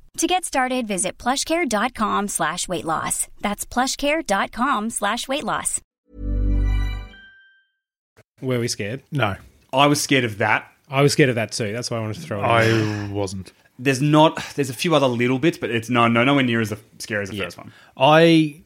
S2: To get started, visit plushcare.com slash weight loss. That's plushcare.com slash weight loss.
S5: Were we scared?
S6: No,
S3: I was scared of that.
S5: I was scared of that too. That's why I wanted to throw it. in.
S6: I wasn't.
S3: There's not. There's a few other little bits, but it's no, no, nowhere near as scary as the first one.
S6: I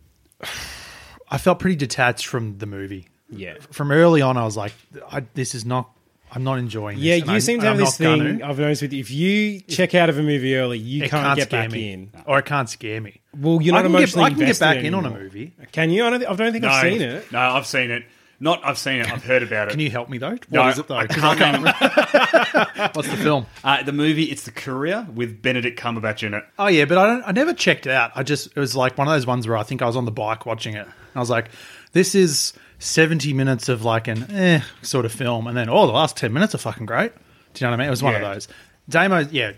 S6: I felt pretty detached from the movie.
S5: Yeah.
S6: From early on, I was like, I, "This is not. I'm not enjoying." This.
S5: Yeah,
S6: and
S5: you
S6: I-
S5: seem to
S6: and
S5: have
S6: I'm
S5: this
S6: not
S5: thing.
S6: gonna.
S5: I've noticed with you. If you check out of a movie early, you
S6: It
S5: can't, get
S6: scare
S5: back
S6: me,
S5: in.
S6: or it can't scare me.
S5: Well, you're
S6: I
S5: not
S6: can get-
S5: emotionally
S6: I can get
S5: invested
S6: back in on a
S5: anymore.
S6: movie.
S5: Can you? I don't, thi- I don't think I've
S3: no,
S5: seen it.
S3: No, I've seen it. Not. I've seen it. I've heard about it.
S6: Can you help me though? What
S3: No,
S6: is it though?
S3: I
S6: 'Cause
S3: can't. remember. (laughs)
S6: What's the film?
S3: Uh, the movie. It's the Courier with Benedict Cumberbatch in it.
S6: Oh yeah, but I don't. I never checked it out. I just it was like one of those ones where I think I was on the bike watching it. And I was like, "This is 70 minutes of like an eh sort of film," and then oh, the last 10 minutes are fucking great. Do you know what I mean? It was one
S3: Yeah.
S6: of those. Damo, yeah,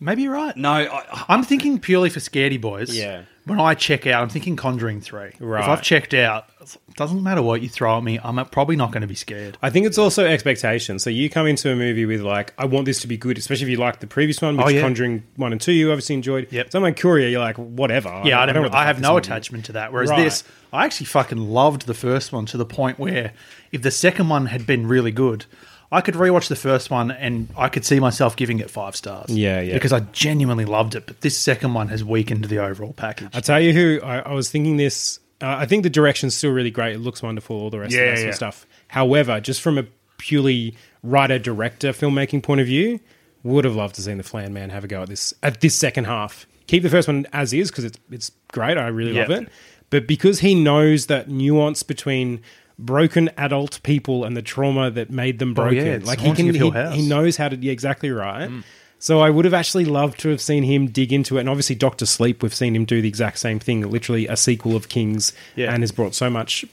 S6: maybe you're right.
S3: No, I,
S6: I'm thinking purely for scaredy boys.
S5: Yeah.
S6: When I check out, I'm thinking Conjuring Three.
S5: Right.
S6: If I've checked out, it doesn't matter what you throw at me, I'm probably not going to be scared.
S5: I think it's also expectation. So you come into a movie with like, I want this to be good, especially if you like the previous one, which
S6: Oh, yeah.
S5: Conjuring one and two you obviously enjoyed.
S6: Yep.
S5: Something like Courier, you're like, whatever.
S6: Yeah, I,
S5: know what
S6: don't.
S5: the
S6: I
S5: fuck
S6: have
S5: this
S6: no
S5: movie is.
S6: attachment to that. Whereas
S5: Right.
S6: this, I actually fucking loved the first one to the point where, if the second one had been really good, I could rewatch the first one and I could see myself giving it five stars.
S5: Yeah, yeah.
S6: Because I genuinely loved it, but this second one has weakened the overall package.
S5: I tell you who I, I was thinking this. Uh, I think the direction's still really great. It looks wonderful. All the rest
S3: Yeah,
S5: of that sort
S3: yeah.
S5: of stuff. However, just from a purely writer director filmmaking point of view, would have loved to seen the Flan Man have a go at this at this second half. Keep the first one as is because it's it's great. I really
S6: Yeah.
S5: love it. But because he knows that nuance between broken adult people and the trauma that made them
S6: Oh,
S5: broken,
S6: yeah, it's
S5: like he
S6: Haunting
S5: can
S6: of Hill
S5: he,
S6: House.
S5: he knows how to yeah, exactly right.
S3: Mm.
S5: So I would have actually loved to have seen him dig into it. And obviously, Doctor Sleep, we've seen him do the exact same thing, literally a sequel of King's,
S6: Yeah.
S5: and has brought so much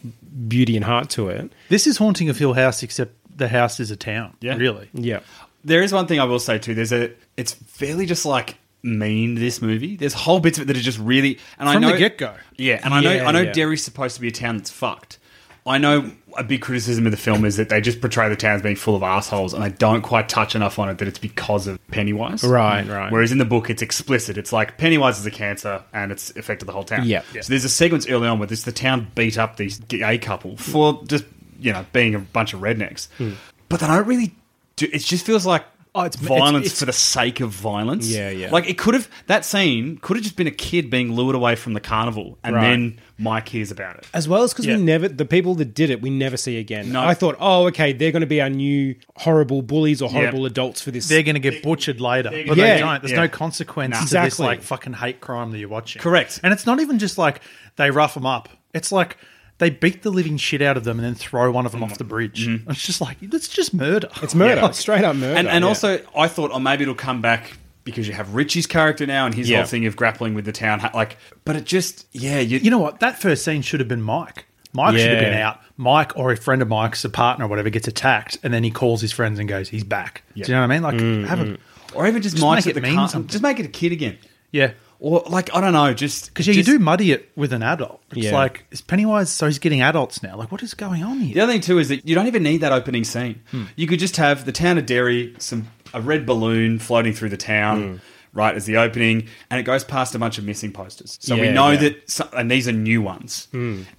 S5: beauty and heart to it.
S6: this is haunting of Hill House, except the house is a town. Yeah, really.
S5: Yeah.
S3: there is one thing I will say too. There's a. It's fairly just like mean. This movie. There's whole bits of it that are just really. And
S6: From
S3: I know
S6: the get-go.
S3: Yeah, and I know.
S5: Yeah,
S3: I know
S5: yeah.
S3: Derry's supposed to be a town that's fucked. I know a big criticism of the film is that they just portray the town as being full of assholes, and they don't quite touch enough on it that it's because of Pennywise. Mm.
S5: Right, right.
S3: Whereas in the book, it's explicit. It's like Pennywise is a cancer, and it's affected the whole town.
S5: Yeah.
S3: So there's a sequence early on where this the town beat up these gay couple for just you know being a bunch of rednecks,
S5: Hmm.
S3: but they don't really. Do, it just feels like
S6: Oh, it's-
S3: violence
S6: it's-
S3: for the sake of violence.
S5: Yeah, yeah.
S3: Like it could have that scene could have just been a kid being lured away from the carnival, and
S5: Right.
S3: then Mike hears about it.
S5: As well as because
S6: Yeah.
S5: we never, the people that did it, we never see again.
S3: No.
S5: I thought, oh, okay, they're going to be our new horrible bullies or horrible
S3: Yeah.
S5: adults for this.
S6: They're going to get butchered later, but
S5: Yeah.
S6: they don't. There's
S3: Yeah.
S6: no consequence
S3: Nah.
S6: to this
S5: Exactly.
S6: like fucking hate crime that you're watching.
S3: Correct.
S6: And it's not even just like they rough them up. It's like they beat the living shit out of them and then throw one of them off the bridge. It's just like it's just murder.
S5: Mm-hmm. it's
S6: (laughs)
S5: murder, straight up murder.
S3: and and
S5: Yeah.
S3: also I thought, oh, maybe it'll come back because you have Richie's character now and his
S5: Yeah.
S3: whole thing of grappling with the town. ha- Like, but it just yeah, you,
S6: You know what? That first scene should have been Mike. Mike should have
S5: Yeah.
S6: been out. Mike or a friend of Mike's, a partner or whatever, gets attacked, and then he calls his friends and goes, "He's back." Do you know what I mean? Like,
S5: Mm-hmm.
S6: have a
S3: or even just,
S6: Just
S3: Mike's
S6: make
S3: at
S6: it
S3: the
S6: mean
S3: car-
S6: something.
S3: just make it a kid again,
S6: yeah,
S3: or like I don't know, just
S6: because yeah,
S3: just-
S6: you do muddy it with an adult. It's
S5: Yeah.
S6: like is Pennywise, so he's getting adults now. Like, what is going on here?
S3: The other thing too is that you don't even need that opening scene. You could just have the town of Derry, some a red balloon floating through the town, right as the opening, and it goes past a bunch of missing posters. So we
S5: Yeah,
S3: know
S5: yeah.
S3: that, some, and these are new ones.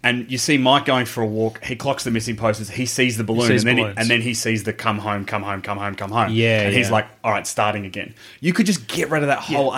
S3: And you see Mike going for a walk. He clocks the missing posters. He sees the balloon,
S6: sees
S3: and then he,
S6: balloons.
S3: and then he sees the come home, come home, come home, come home.
S5: Yeah,
S3: and he's
S5: yeah.
S3: like, all right, starting again. You could just get rid of that whole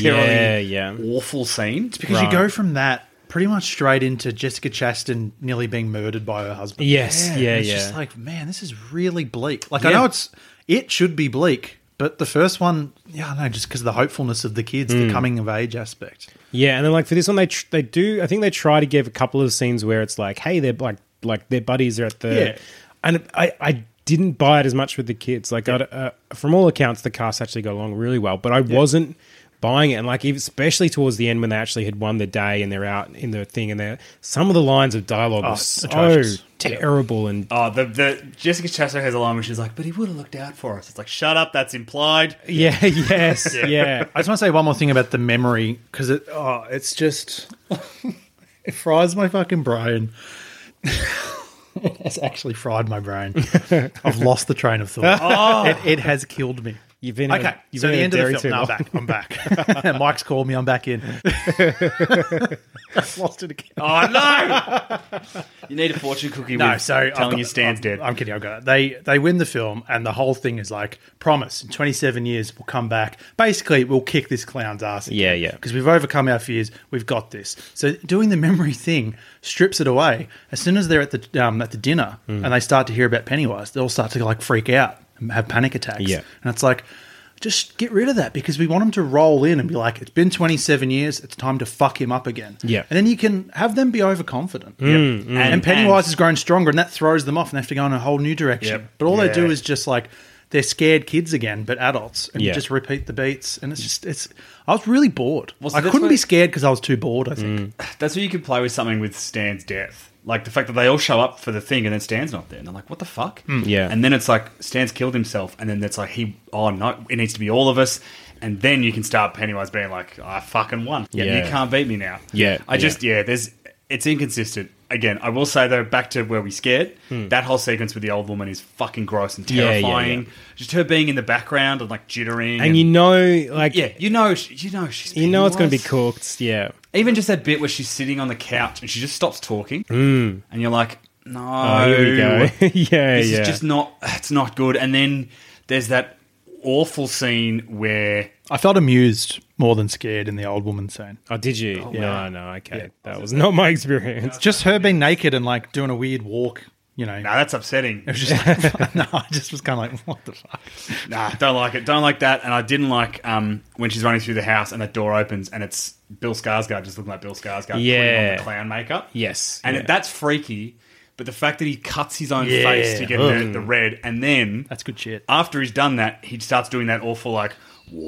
S5: Yeah,
S3: unnecessarily
S5: yeah.
S3: awful scene.
S6: Because
S5: Right.
S6: you go from that pretty much straight into Jessica Chastain nearly being murdered by her husband.
S5: Yes, yeah, yeah.
S6: And it's just like, man, this is really bleak. Like, I
S3: Yeah.
S6: know it's it should be bleak, but the first one, yeah, I know, just because of the hopefulness of the kids,
S5: Hmm.
S6: the coming of age aspect.
S5: Yeah, and then like for this one, they tr- they do. I think they try to give a couple of scenes where it's like, hey, they're like like their buddies are at the.
S6: Yeah.
S5: And I I didn't buy it as much with the kids. Like I, uh, from all accounts, the cast actually got along really well, but I wasn't buying it. And like, even- especially towards the end when they actually had won the day and they're out in the thing, and they're, some of the lines of dialogue were so
S6: atrocious.
S5: terrible and
S3: Oh, the, the Jessica Chastain has a line where she's like, "But he would have looked out for us." It's like, "Shut up, that's implied."
S5: yeah, (laughs) yes, yeah.
S6: I just want to say one more thing about the memory because it, oh, it's just (laughs) it fries my fucking brain. (laughs) it's actually fried my
S5: (laughs)
S6: brain. I've lost the train of thought. it, it has killed me.
S5: Oh. You've been in
S6: Okay,
S5: a, you've
S6: so
S5: been
S6: the
S5: in a
S6: end of
S5: dairy
S6: the
S5: too
S6: film. No,
S5: long.
S6: I'm back. I'm
S5: (laughs)
S6: back. (laughs) Mike's called me. I'm back in. (laughs) I've lost it again.
S3: Oh no! (laughs) you need a fortune cookie.
S6: No,
S3: with
S6: so I've
S3: telling
S6: got-
S3: you Stan's dead.
S6: I'm kidding. I've got it. They they win the film, and the whole thing is like promise. In 27 years, we'll come back. Basically, we'll kick this clown's ass.
S5: Yeah, yeah.
S6: Because we've overcome our fears. We've got this. So doing the memory thing strips it away. As soon as they're at the um, at the dinner
S5: Hmm.
S6: and they start to hear about Pennywise, they all start to like freak out and have panic attacks.
S5: Yeah.
S6: and it's like. Just get rid of that because we want them to roll in and be like, "It's been 27 years. It's time to fuck him up again."
S5: Yeah.
S6: and then you can have them be overconfident.
S3: and,
S6: And Pennywise has grown stronger, and that throws them off, and they have to go in a whole new direction.
S3: Yep.
S6: But all they do
S3: Yeah.
S6: is just like they're scared kids again, but adults, and
S5: Yeah.
S6: you just repeat the beats. And it's just it's. I was really bored.
S3: Well, so
S6: I
S3: that's
S6: couldn't
S3: why-
S6: be scared because I was too bored. I think.
S3: That's where you could play with something with Stan's death. Like the fact that they all show up for the thing and then Stan's not there. And they're like, what the fuck?
S5: Hmm. Yeah.
S3: And then it's like, Stan's killed himself. And then it's like, he, oh no, it needs to be all of us. And then you can start Pennywise being like, I fucking won. Yeah.
S5: Yeah.
S3: You can't beat me now.
S5: Yeah,
S3: I just, yeah, there's, it's inconsistent. Again, I will say though, back to where we scared, that whole sequence with the old woman is fucking gross and
S5: Hmm. Yeah, yeah, yeah.
S3: terrifying. Just her being in the background and like jittering.
S5: And you know, like,
S3: yeah, you know, she- you know, she's
S5: you know, it's going to be
S3: Pennywise.
S5: cooked. Yeah,
S3: Even just that bit where she's sitting on the couch and she just stops talking, and you're like, "No,
S5: Hmm. Oh, here we go. (laughs) yeah,
S3: (laughs) this
S5: yeah.
S3: is just not. It's not good." And then there's that awful scene where
S6: I felt amused more than scared in the old woman scene.
S5: oh, did you? No, no, okay. That was not my experience. (laughs)
S6: Just her being naked and like doing a weird walk. You know,
S3: nah, that's upsetting.
S6: it was (laughs) just (laughs) like, no, I just was kind of like, (laughs) what the fuck?
S3: (laughs) nah, don't like it. Don't like that. And I didn't like um, when she's running through the house and that door opens and it's Bill Skarsgård just looking like Bill Skarsgård, putting on
S5: Yeah.
S3: the clown makeup,
S5: Yes,
S3: and
S5: yeah.
S3: that's freaky. But the fact that he cuts his own
S6: Yeah.
S3: face to get the,
S5: Mm.
S3: the red, and then
S6: That's good shit.
S5: Uh,
S3: after he's done that, he starts doing that awful like,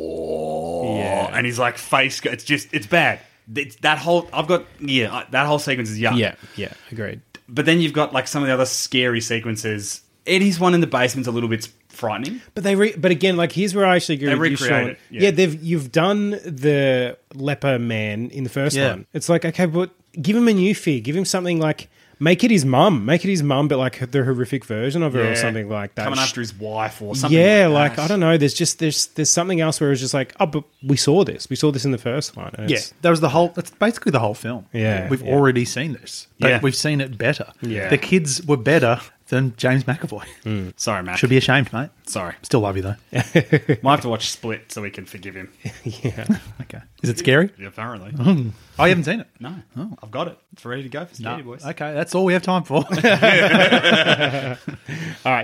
S3: whoa, and he's like face. go- It's just it's bad. It's, that whole I've got yeah I- that whole sequence is yuck.
S5: Yeah, yeah, agreed.
S3: but then you've got like some of the other scary sequences. Eddie's one in the basement's a little bit frightening.
S5: But they, re- but again, like here's where I actually agree
S3: They
S5: with you,
S3: recreate
S5: Sean.
S3: it,
S5: Yeah.
S3: yeah.
S5: they've you've done the leper man in the first
S6: Yeah.
S5: one. It's like okay, but give him a new fear. Give him something like make it his mum. Make it his mum, but like the horrific version of her or
S3: Yeah.
S5: something like that.
S3: Coming
S5: Sh-
S3: after his wife or something.
S5: yeah,
S3: like,
S5: like, I don't know. There's just there's there's something else where it's just like oh, but we saw this. We saw this in the first one. and
S6: Yeah,
S5: it's-
S6: that was the whole. That's basically the whole film.
S5: Yeah,
S6: we've
S5: yeah.
S6: already seen this. But
S3: Yeah.
S6: we've seen it better.
S3: Yeah.
S6: the kids were better than James McAvoy.
S3: Sorry, Matt.
S6: Should be ashamed, mate.
S3: Sorry. (laughs)
S6: Still love you though.
S3: Might have to watch Split so we can forgive
S5: (laughs)
S3: him.
S6: Okay, is it scary?
S3: Apparently,
S5: Oh.
S6: I Oh, haven't seen it.
S3: no. I've got it. It's ready to go for Scary Boys.
S6: Okay, that's all we have time for.
S5: All right,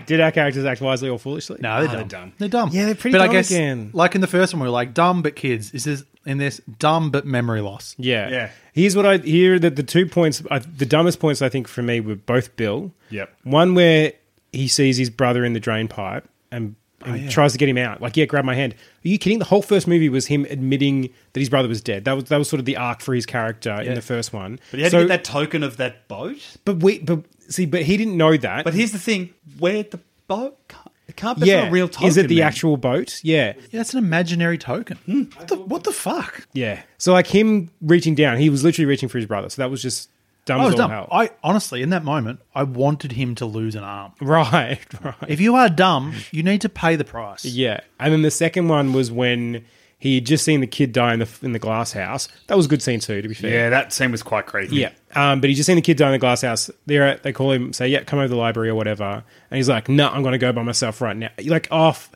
S5: did our characters act wisely or foolishly?
S6: no, they're,
S3: Ah, they're
S6: dumb.
S3: dumb.
S6: They're dumb.
S5: Yeah, they're pretty
S6: but
S5: dumb
S6: I guess,
S5: again.
S6: Like in the first one, we were like dumb but kids. Is this in this dumb but memory loss?
S5: Yeah.
S3: Yeah.
S5: Here's what I hear that the two points, I, the dumbest points I think for me were both Bill.
S3: Yep.
S5: One where he sees his brother in the drain pipe and,
S3: Oh,
S5: and tries to get him out. Like, yeah, grab my hand. Are you kidding? The whole first movie was him admitting that his brother was dead. That was that was sort of the arc for his character in the first one.
S3: But he had
S5: So-
S3: to get that token of that boat.
S5: But we, but see, but he didn't know that.
S3: But here's the thing: where the boat can't, it can't be
S5: yeah,
S3: a real token.
S5: is it the
S3: man.
S5: actual boat? Yeah,
S6: Yeah, that's an imaginary token.
S3: Hmm.
S6: What, the, what the fuck?
S5: yeah. So like him reaching down, he was literally reaching for his brother. So that was just dumb
S3: Oh,
S6: I
S5: as
S6: was
S5: all
S6: dumb.
S5: hell.
S6: I honestly, in that moment, I wanted him to lose an arm.
S5: (laughs) right, (laughs) right.
S6: If you are dumb, you need to pay the price.
S5: Yeah, and then the second one was when he had just seen the kid die in the in the glass house. That was a good scene too, to be fair.
S3: Yeah, that scene was quite crazy.
S5: Yeah, um, but he just seen the kid die in the glass house. They're at, they call him, say, "Yeah, come over to the library or whatever," and he's like, "No, I'm going to go by myself right now." You're like, off.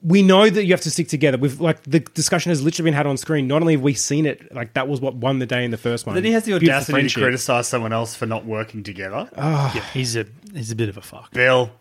S5: we know that you have to stick together. We've like the discussion has literally been had on screen. Not only have we seen it, like that was what won the day in the first one.
S3: Then he has the Ah.
S5: Beautiful
S3: audacity to
S5: friendship.
S3: criticize someone else for not working together.
S6: Yeah, he's a he's a bit of a fuck.
S3: Bill.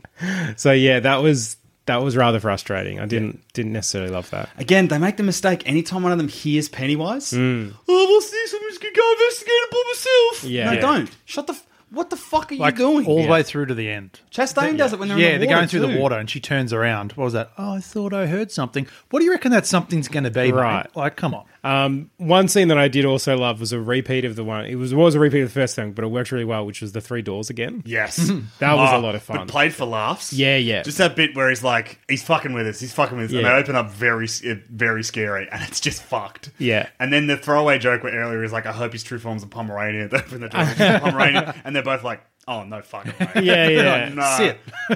S5: So yeah, that was that was rather frustrating. I didn't didn't necessarily love that.
S3: Again, they make the mistake anytime one of them hears Hmm. Pennywise. Oh, we'll see. So I'm just gonna go investigate it by myself.
S5: Yeah.
S3: No,
S5: Yeah.
S3: don't. Shut the. F- What the fuck are
S6: like
S3: you doing?
S6: all the
S3: Yeah.
S6: way through to the end.
S3: Chastain does it when they're
S6: yeah,
S3: in the water
S6: they're going through
S3: too.
S6: the water, and she turns around. What was that? Oh, I thought I heard something. What do you reckon that something's going to be? mate?
S5: Right.
S6: Like, come on.
S5: Um, One scene that I did also love was a repeat of the one. It was was a repeat of the first thing, but it worked really well, which was the three doors again.
S3: Yes,
S5: That was
S3: Ah,
S5: a lot of fun.
S3: But played for laughs.
S5: Yeah, yeah.
S3: Just that bit where he's like, he's fucking with us. He's fucking with us, and
S5: Yeah.
S3: they open up very, s- uh, very scary, and it's just fucked.
S5: Yeah.
S3: And then the throwaway joke where earlier is like, I hope his true form's a Pomeranian. (laughs) They open the door, it's a
S5: (laughs)
S3: Pomeranian, and they're both like, Oh no, fucking way. (laughs)
S5: Yeah, yeah.
S3: Nah.
S6: Sit.
S3: Oh,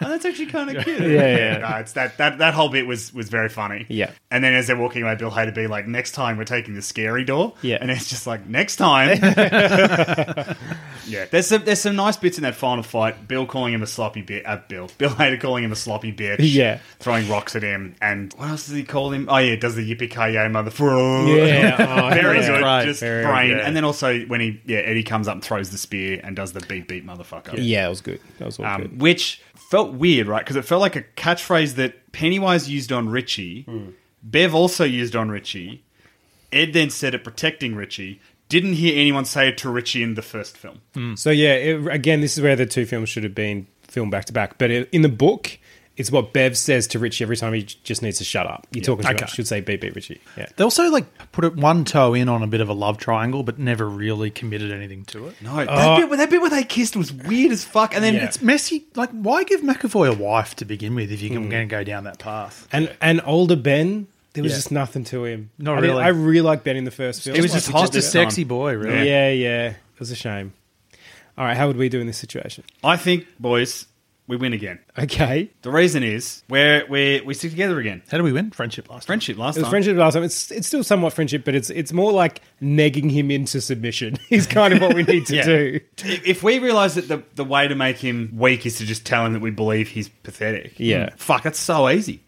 S3: that's actually kind of cute.
S5: (laughs) Yeah, yeah.
S3: Nah, it's that, that that whole bit was was very funny.
S5: Yeah.
S3: And then as they're walking away, Bill Hader be like, "Next time we're taking the scary door."
S5: Yeah.
S3: And it's just like, "Next time."
S5: (laughs)
S3: (laughs) yeah. There's some there's some nice bits in that final fight. Bill calling him a sloppy bitch. Uh, Bill (laughs) Bill Hader calling him a sloppy bitch.
S5: Yeah.
S3: Throwing rocks at him, and what else does he call him? Oh yeah, does the yippee ki yay (laughs) motherfucker?
S5: (laughs) Yeah,
S3: (laughs)
S5: oh,
S3: Very
S5: yeah.
S3: good,
S5: Right,
S3: just
S5: very
S3: brain.
S5: good.
S3: And then also when he, yeah, Eddie comes up and throws the spear and does the beat beat motherfucker.
S5: Yeah, it was good. That was all
S3: Um,
S5: good.
S3: which felt weird, right? Because it felt like a catchphrase that Pennywise used on Richie,
S5: Hmm.
S3: Bev also used on Richie, Ed then said it protecting Richie. Didn't hear anyone say it to Richie in the first film.
S5: So yeah, it, again, this is where the two films should have been filmed back to back. But it, in the book, it's what Bev says to Richie every time he j- just needs to shut up. You're talking to
S6: Okay.
S5: him. Should say beep beep Richie. Yeah.
S6: They also like put it one toe in on a bit of a love triangle, but never really committed anything to it.
S3: No,
S5: Uh,
S3: that, bit, that bit where they kissed was weird as fuck. And then
S6: It's messy. Like, why give McAvoy a wife to begin with if you're going to go down that path?
S5: And and older Ben, there was
S6: Yeah.
S5: just nothing to him.
S6: Not
S5: I did-
S6: really.
S5: I really liked Ben in the first film.
S6: It was just,
S5: Like,
S6: hot, just a
S5: this time.
S6: sexy boy, really.
S5: Yeah, yeah. It was a shame. All right, how would we do in this situation?
S3: I think, boys, we win again.
S5: Okay.
S3: The reason is we're, we're, we stick together again.
S6: How do we win? Friendship last. time.
S3: Friendship last
S5: It was
S3: time.
S5: friendship last time. It's it's still somewhat friendship, but it's it's more like negging him into submission (laughs) is kind of what we need to
S3: Yeah.
S5: do.
S3: If if we realise that the, the way to make him weak is to just tell him that we believe he's pathetic,
S5: Yeah. Hmm.
S3: fuck, that's so easy.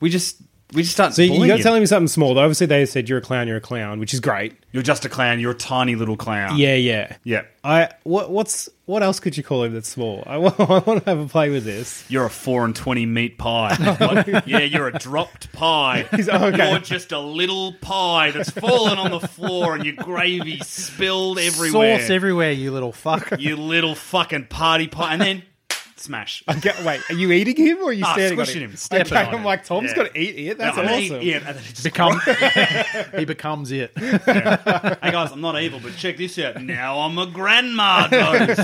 S3: We just we just start.
S5: So you, you
S3: bullying
S5: got to
S3: him.
S5: tell him something small. Though. Obviously, they said you're a clown, you're a clown, which is great.
S3: You're just a clown. You're a tiny little clown.
S5: Yeah, yeah,
S3: Yeah.
S5: I what what's what else could you call him that's small? I (laughs) want, I want to have a play with this.
S3: You're a four and twenty meat pie.
S5: (laughs) Oh,
S3: What? yeah, you're a dropped pie.
S5: okay.
S3: You're just a little pie that's fallen on the floor and your gravy spilled everywhere.
S6: Sauce everywhere, you little fuck.
S3: you little fucking party pie, and then
S5: (laughs)
S3: smash.
S5: Okay, wait, are you eating him or are you
S3: Ah,
S5: standing on
S3: squishing him,
S5: Okay,
S3: stepping on
S5: I'm
S3: him.
S5: like Tom's
S3: Yeah.
S5: got to eat it. That's
S3: I'm gonna eat
S5: awesome.
S3: it, and then it just
S6: (laughs) Become (laughs) he becomes it.
S3: Hey guys, I'm not evil, but check this out. Now I'm a
S5: (laughs)
S3: grandma. Guys.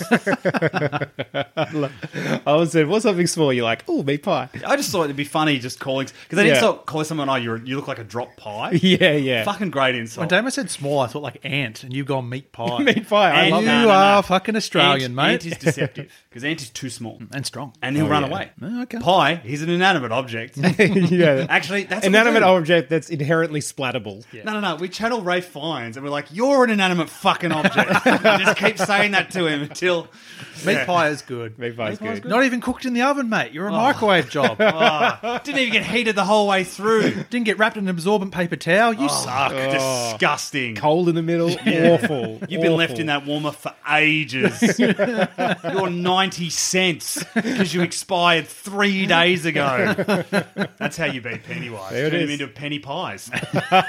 S5: I was said, what's something small? You're like, oh, meat pie. (laughs)
S3: I just thought it'd be funny just calling because I didn't
S5: Yeah.
S3: start calling someone. Oh, you're, you look like a drop pie.
S5: Yeah, (laughs) yeah.
S3: Fucking great insult.
S6: When Damo said small, I thought like ant, and you've gone meat
S3: (laughs)
S6: pie.
S5: meat pie. I
S3: And
S5: love
S6: you
S3: No, no,
S5: that.
S3: no.
S6: are fucking Australian,
S3: ant,
S6: mate.
S3: Ant is deceptive because ant is too small
S6: (laughs) and strong.
S3: and he'll run
S5: yeah.
S3: away.
S6: Oh, okay.
S3: Pie, he's an inanimate
S6: (laughs)
S3: object.
S5: yeah.
S3: Actually, that's what we
S5: inanimate
S3: do.
S5: object that's inherently splattable.
S3: No, no, no. We channel Ray Fiennes and we're like, "You're an inanimate fucking
S6: (laughs)
S3: object." We just keep saying that to him until
S6: Meat pie is good.
S5: Meat pie's good.
S6: Not even cooked in the oven, mate.
S3: Oh.
S6: You're a
S3: (laughs)
S6: microwave job.
S3: didn't even get heated the whole way
S6: (laughs)
S3: through.
S6: Didn't get wrapped in an absorbent paper towel. You
S3: Fuck,
S6: suck. Oh,
S3: disgusting.
S5: Cold in
S3: (laughs)
S5: the middle, awful.
S3: You've been left in that warmer for
S5: (laughs)
S3: ages. You're 90 cents because you expired three days ago. That's how you beat Pennywise.
S5: There it
S3: Turn him
S5: is.
S3: into penny
S5: (laughs)
S3: pies.
S6: We've done
S3: (laughs)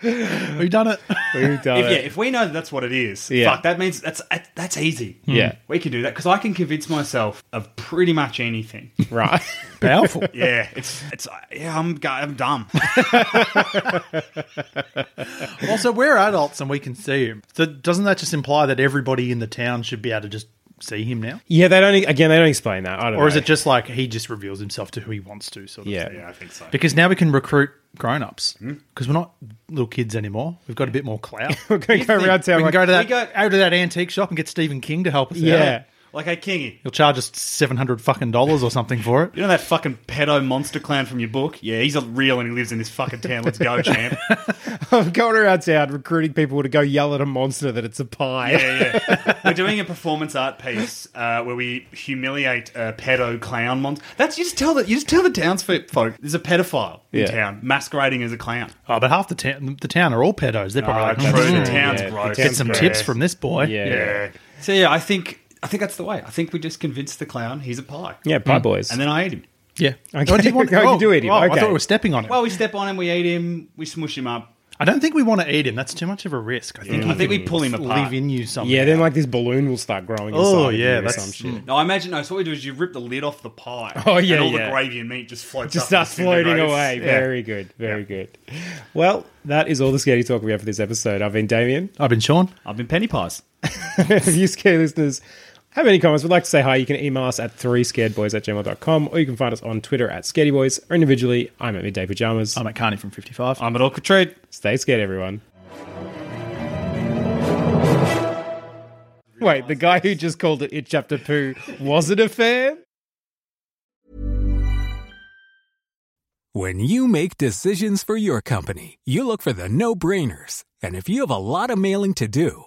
S6: it.
S5: We've done
S3: if, yeah,
S5: it.
S3: if we know that that's what it is,
S5: Yeah.
S3: fuck, that means that's that's easy.
S5: Yeah.
S3: We can do that because I can convince myself of pretty much anything.
S5: Right.
S6: Powerful.
S3: Yeah, it's it's yeah, I'm gu- I'm dumb.
S6: Also, we're adults and we can see him. So doesn't that just imply that everybody in the town should be able to just see him now?
S5: (laughs) Yeah, they don't. e, Again, they don't explain that. I don't.
S6: Or is
S5: know. (laughs)
S6: it just like he just reveals himself to who he wants to? Sort of
S5: Yeah.
S3: Yeah, I think so. Hmm?
S6: Because now we can recruit grown-ups because we're not little kids anymore. We've got a bit
S3: (laughs)
S6: more clout.
S5: We're going to go around town.
S6: we
S5: like,
S6: can go to that
S3: we go-
S6: out to that antique shop and get Stephen King to help us
S5: (laughs)
S6: out.
S5: yeah.
S3: Like, hey, Kingy,
S6: He'll charge us seven hundred fucking dollars or something for it.
S3: you know that fucking pedo monster clown from your book? Yeah, he's a real and he lives in this fucking town. Let's go, champ.
S5: I'm going around town recruiting people to go yell at a monster that it's a pie.
S3: yeah, yeah. We're doing a performance art piece uh, where we humiliate a pedo clown monster. That's you just tell the you just tell the townsfolk there's a pedophile
S5: Yeah.
S3: in town masquerading as a clown.
S6: Oh, but half the town, the town are all pedos. They're probably like,
S3: true,
S6: "Hmm,
S3: the town's
S5: yeah, the
S3: gross.
S5: town's
S6: get some
S3: gross.
S6: tips from this boy.
S5: Yeah.
S3: Yeah. So yeah, I think I think that's the way. I think we just convince the clown he's a pie.
S5: (laughs) Yeah, pie boys.
S3: And then I eat him.
S6: yeah.
S5: Okay.
S6: Oh, do you want,
S5: Oh, you
S6: oh,
S5: do eat him.
S6: oh, I
S5: Okay.
S6: thought we were stepping on it.
S3: Well, we step on him, we eat him, we smush him up.
S6: I don't think we want to eat him. That's too much of a risk. I think
S3: I think we pull him apart.
S6: live in you something.
S5: Yeah, then like this balloon will start growing.
S6: Oh,
S5: inside of
S6: yeah,
S5: you or
S6: that's-
S5: some shit.
S3: No, I imagine. No, so what we do is you rip the lid off the pie.
S5: Oh, yeah,
S3: and all
S5: yeah.
S3: the gravy and meat just floats.
S5: just
S3: up and
S5: starts floating
S3: disintegrates.
S5: away.
S3: Yeah.
S5: Very good, very good. Well, that is all the scary talk we have for this episode. I've been Damien.
S6: I've been Sean.
S3: I've been penny pies.
S5: (laughs) if you scary listeners have any comments, would like to say hi, you can email us at 3scaredboys at gmail.com or you can find us on Twitter at scaredyboys or individually, I'm at Midday Pajamas.
S6: I'm at Carney from 55.
S3: I'm at Awkward Trade.
S5: Stay scared, everyone. Wait, the guy who just called it It Chapter Poo, was it a fan?
S2: When you make decisions for your company, you look for the no brainers. And if you have a lot of mailing to do,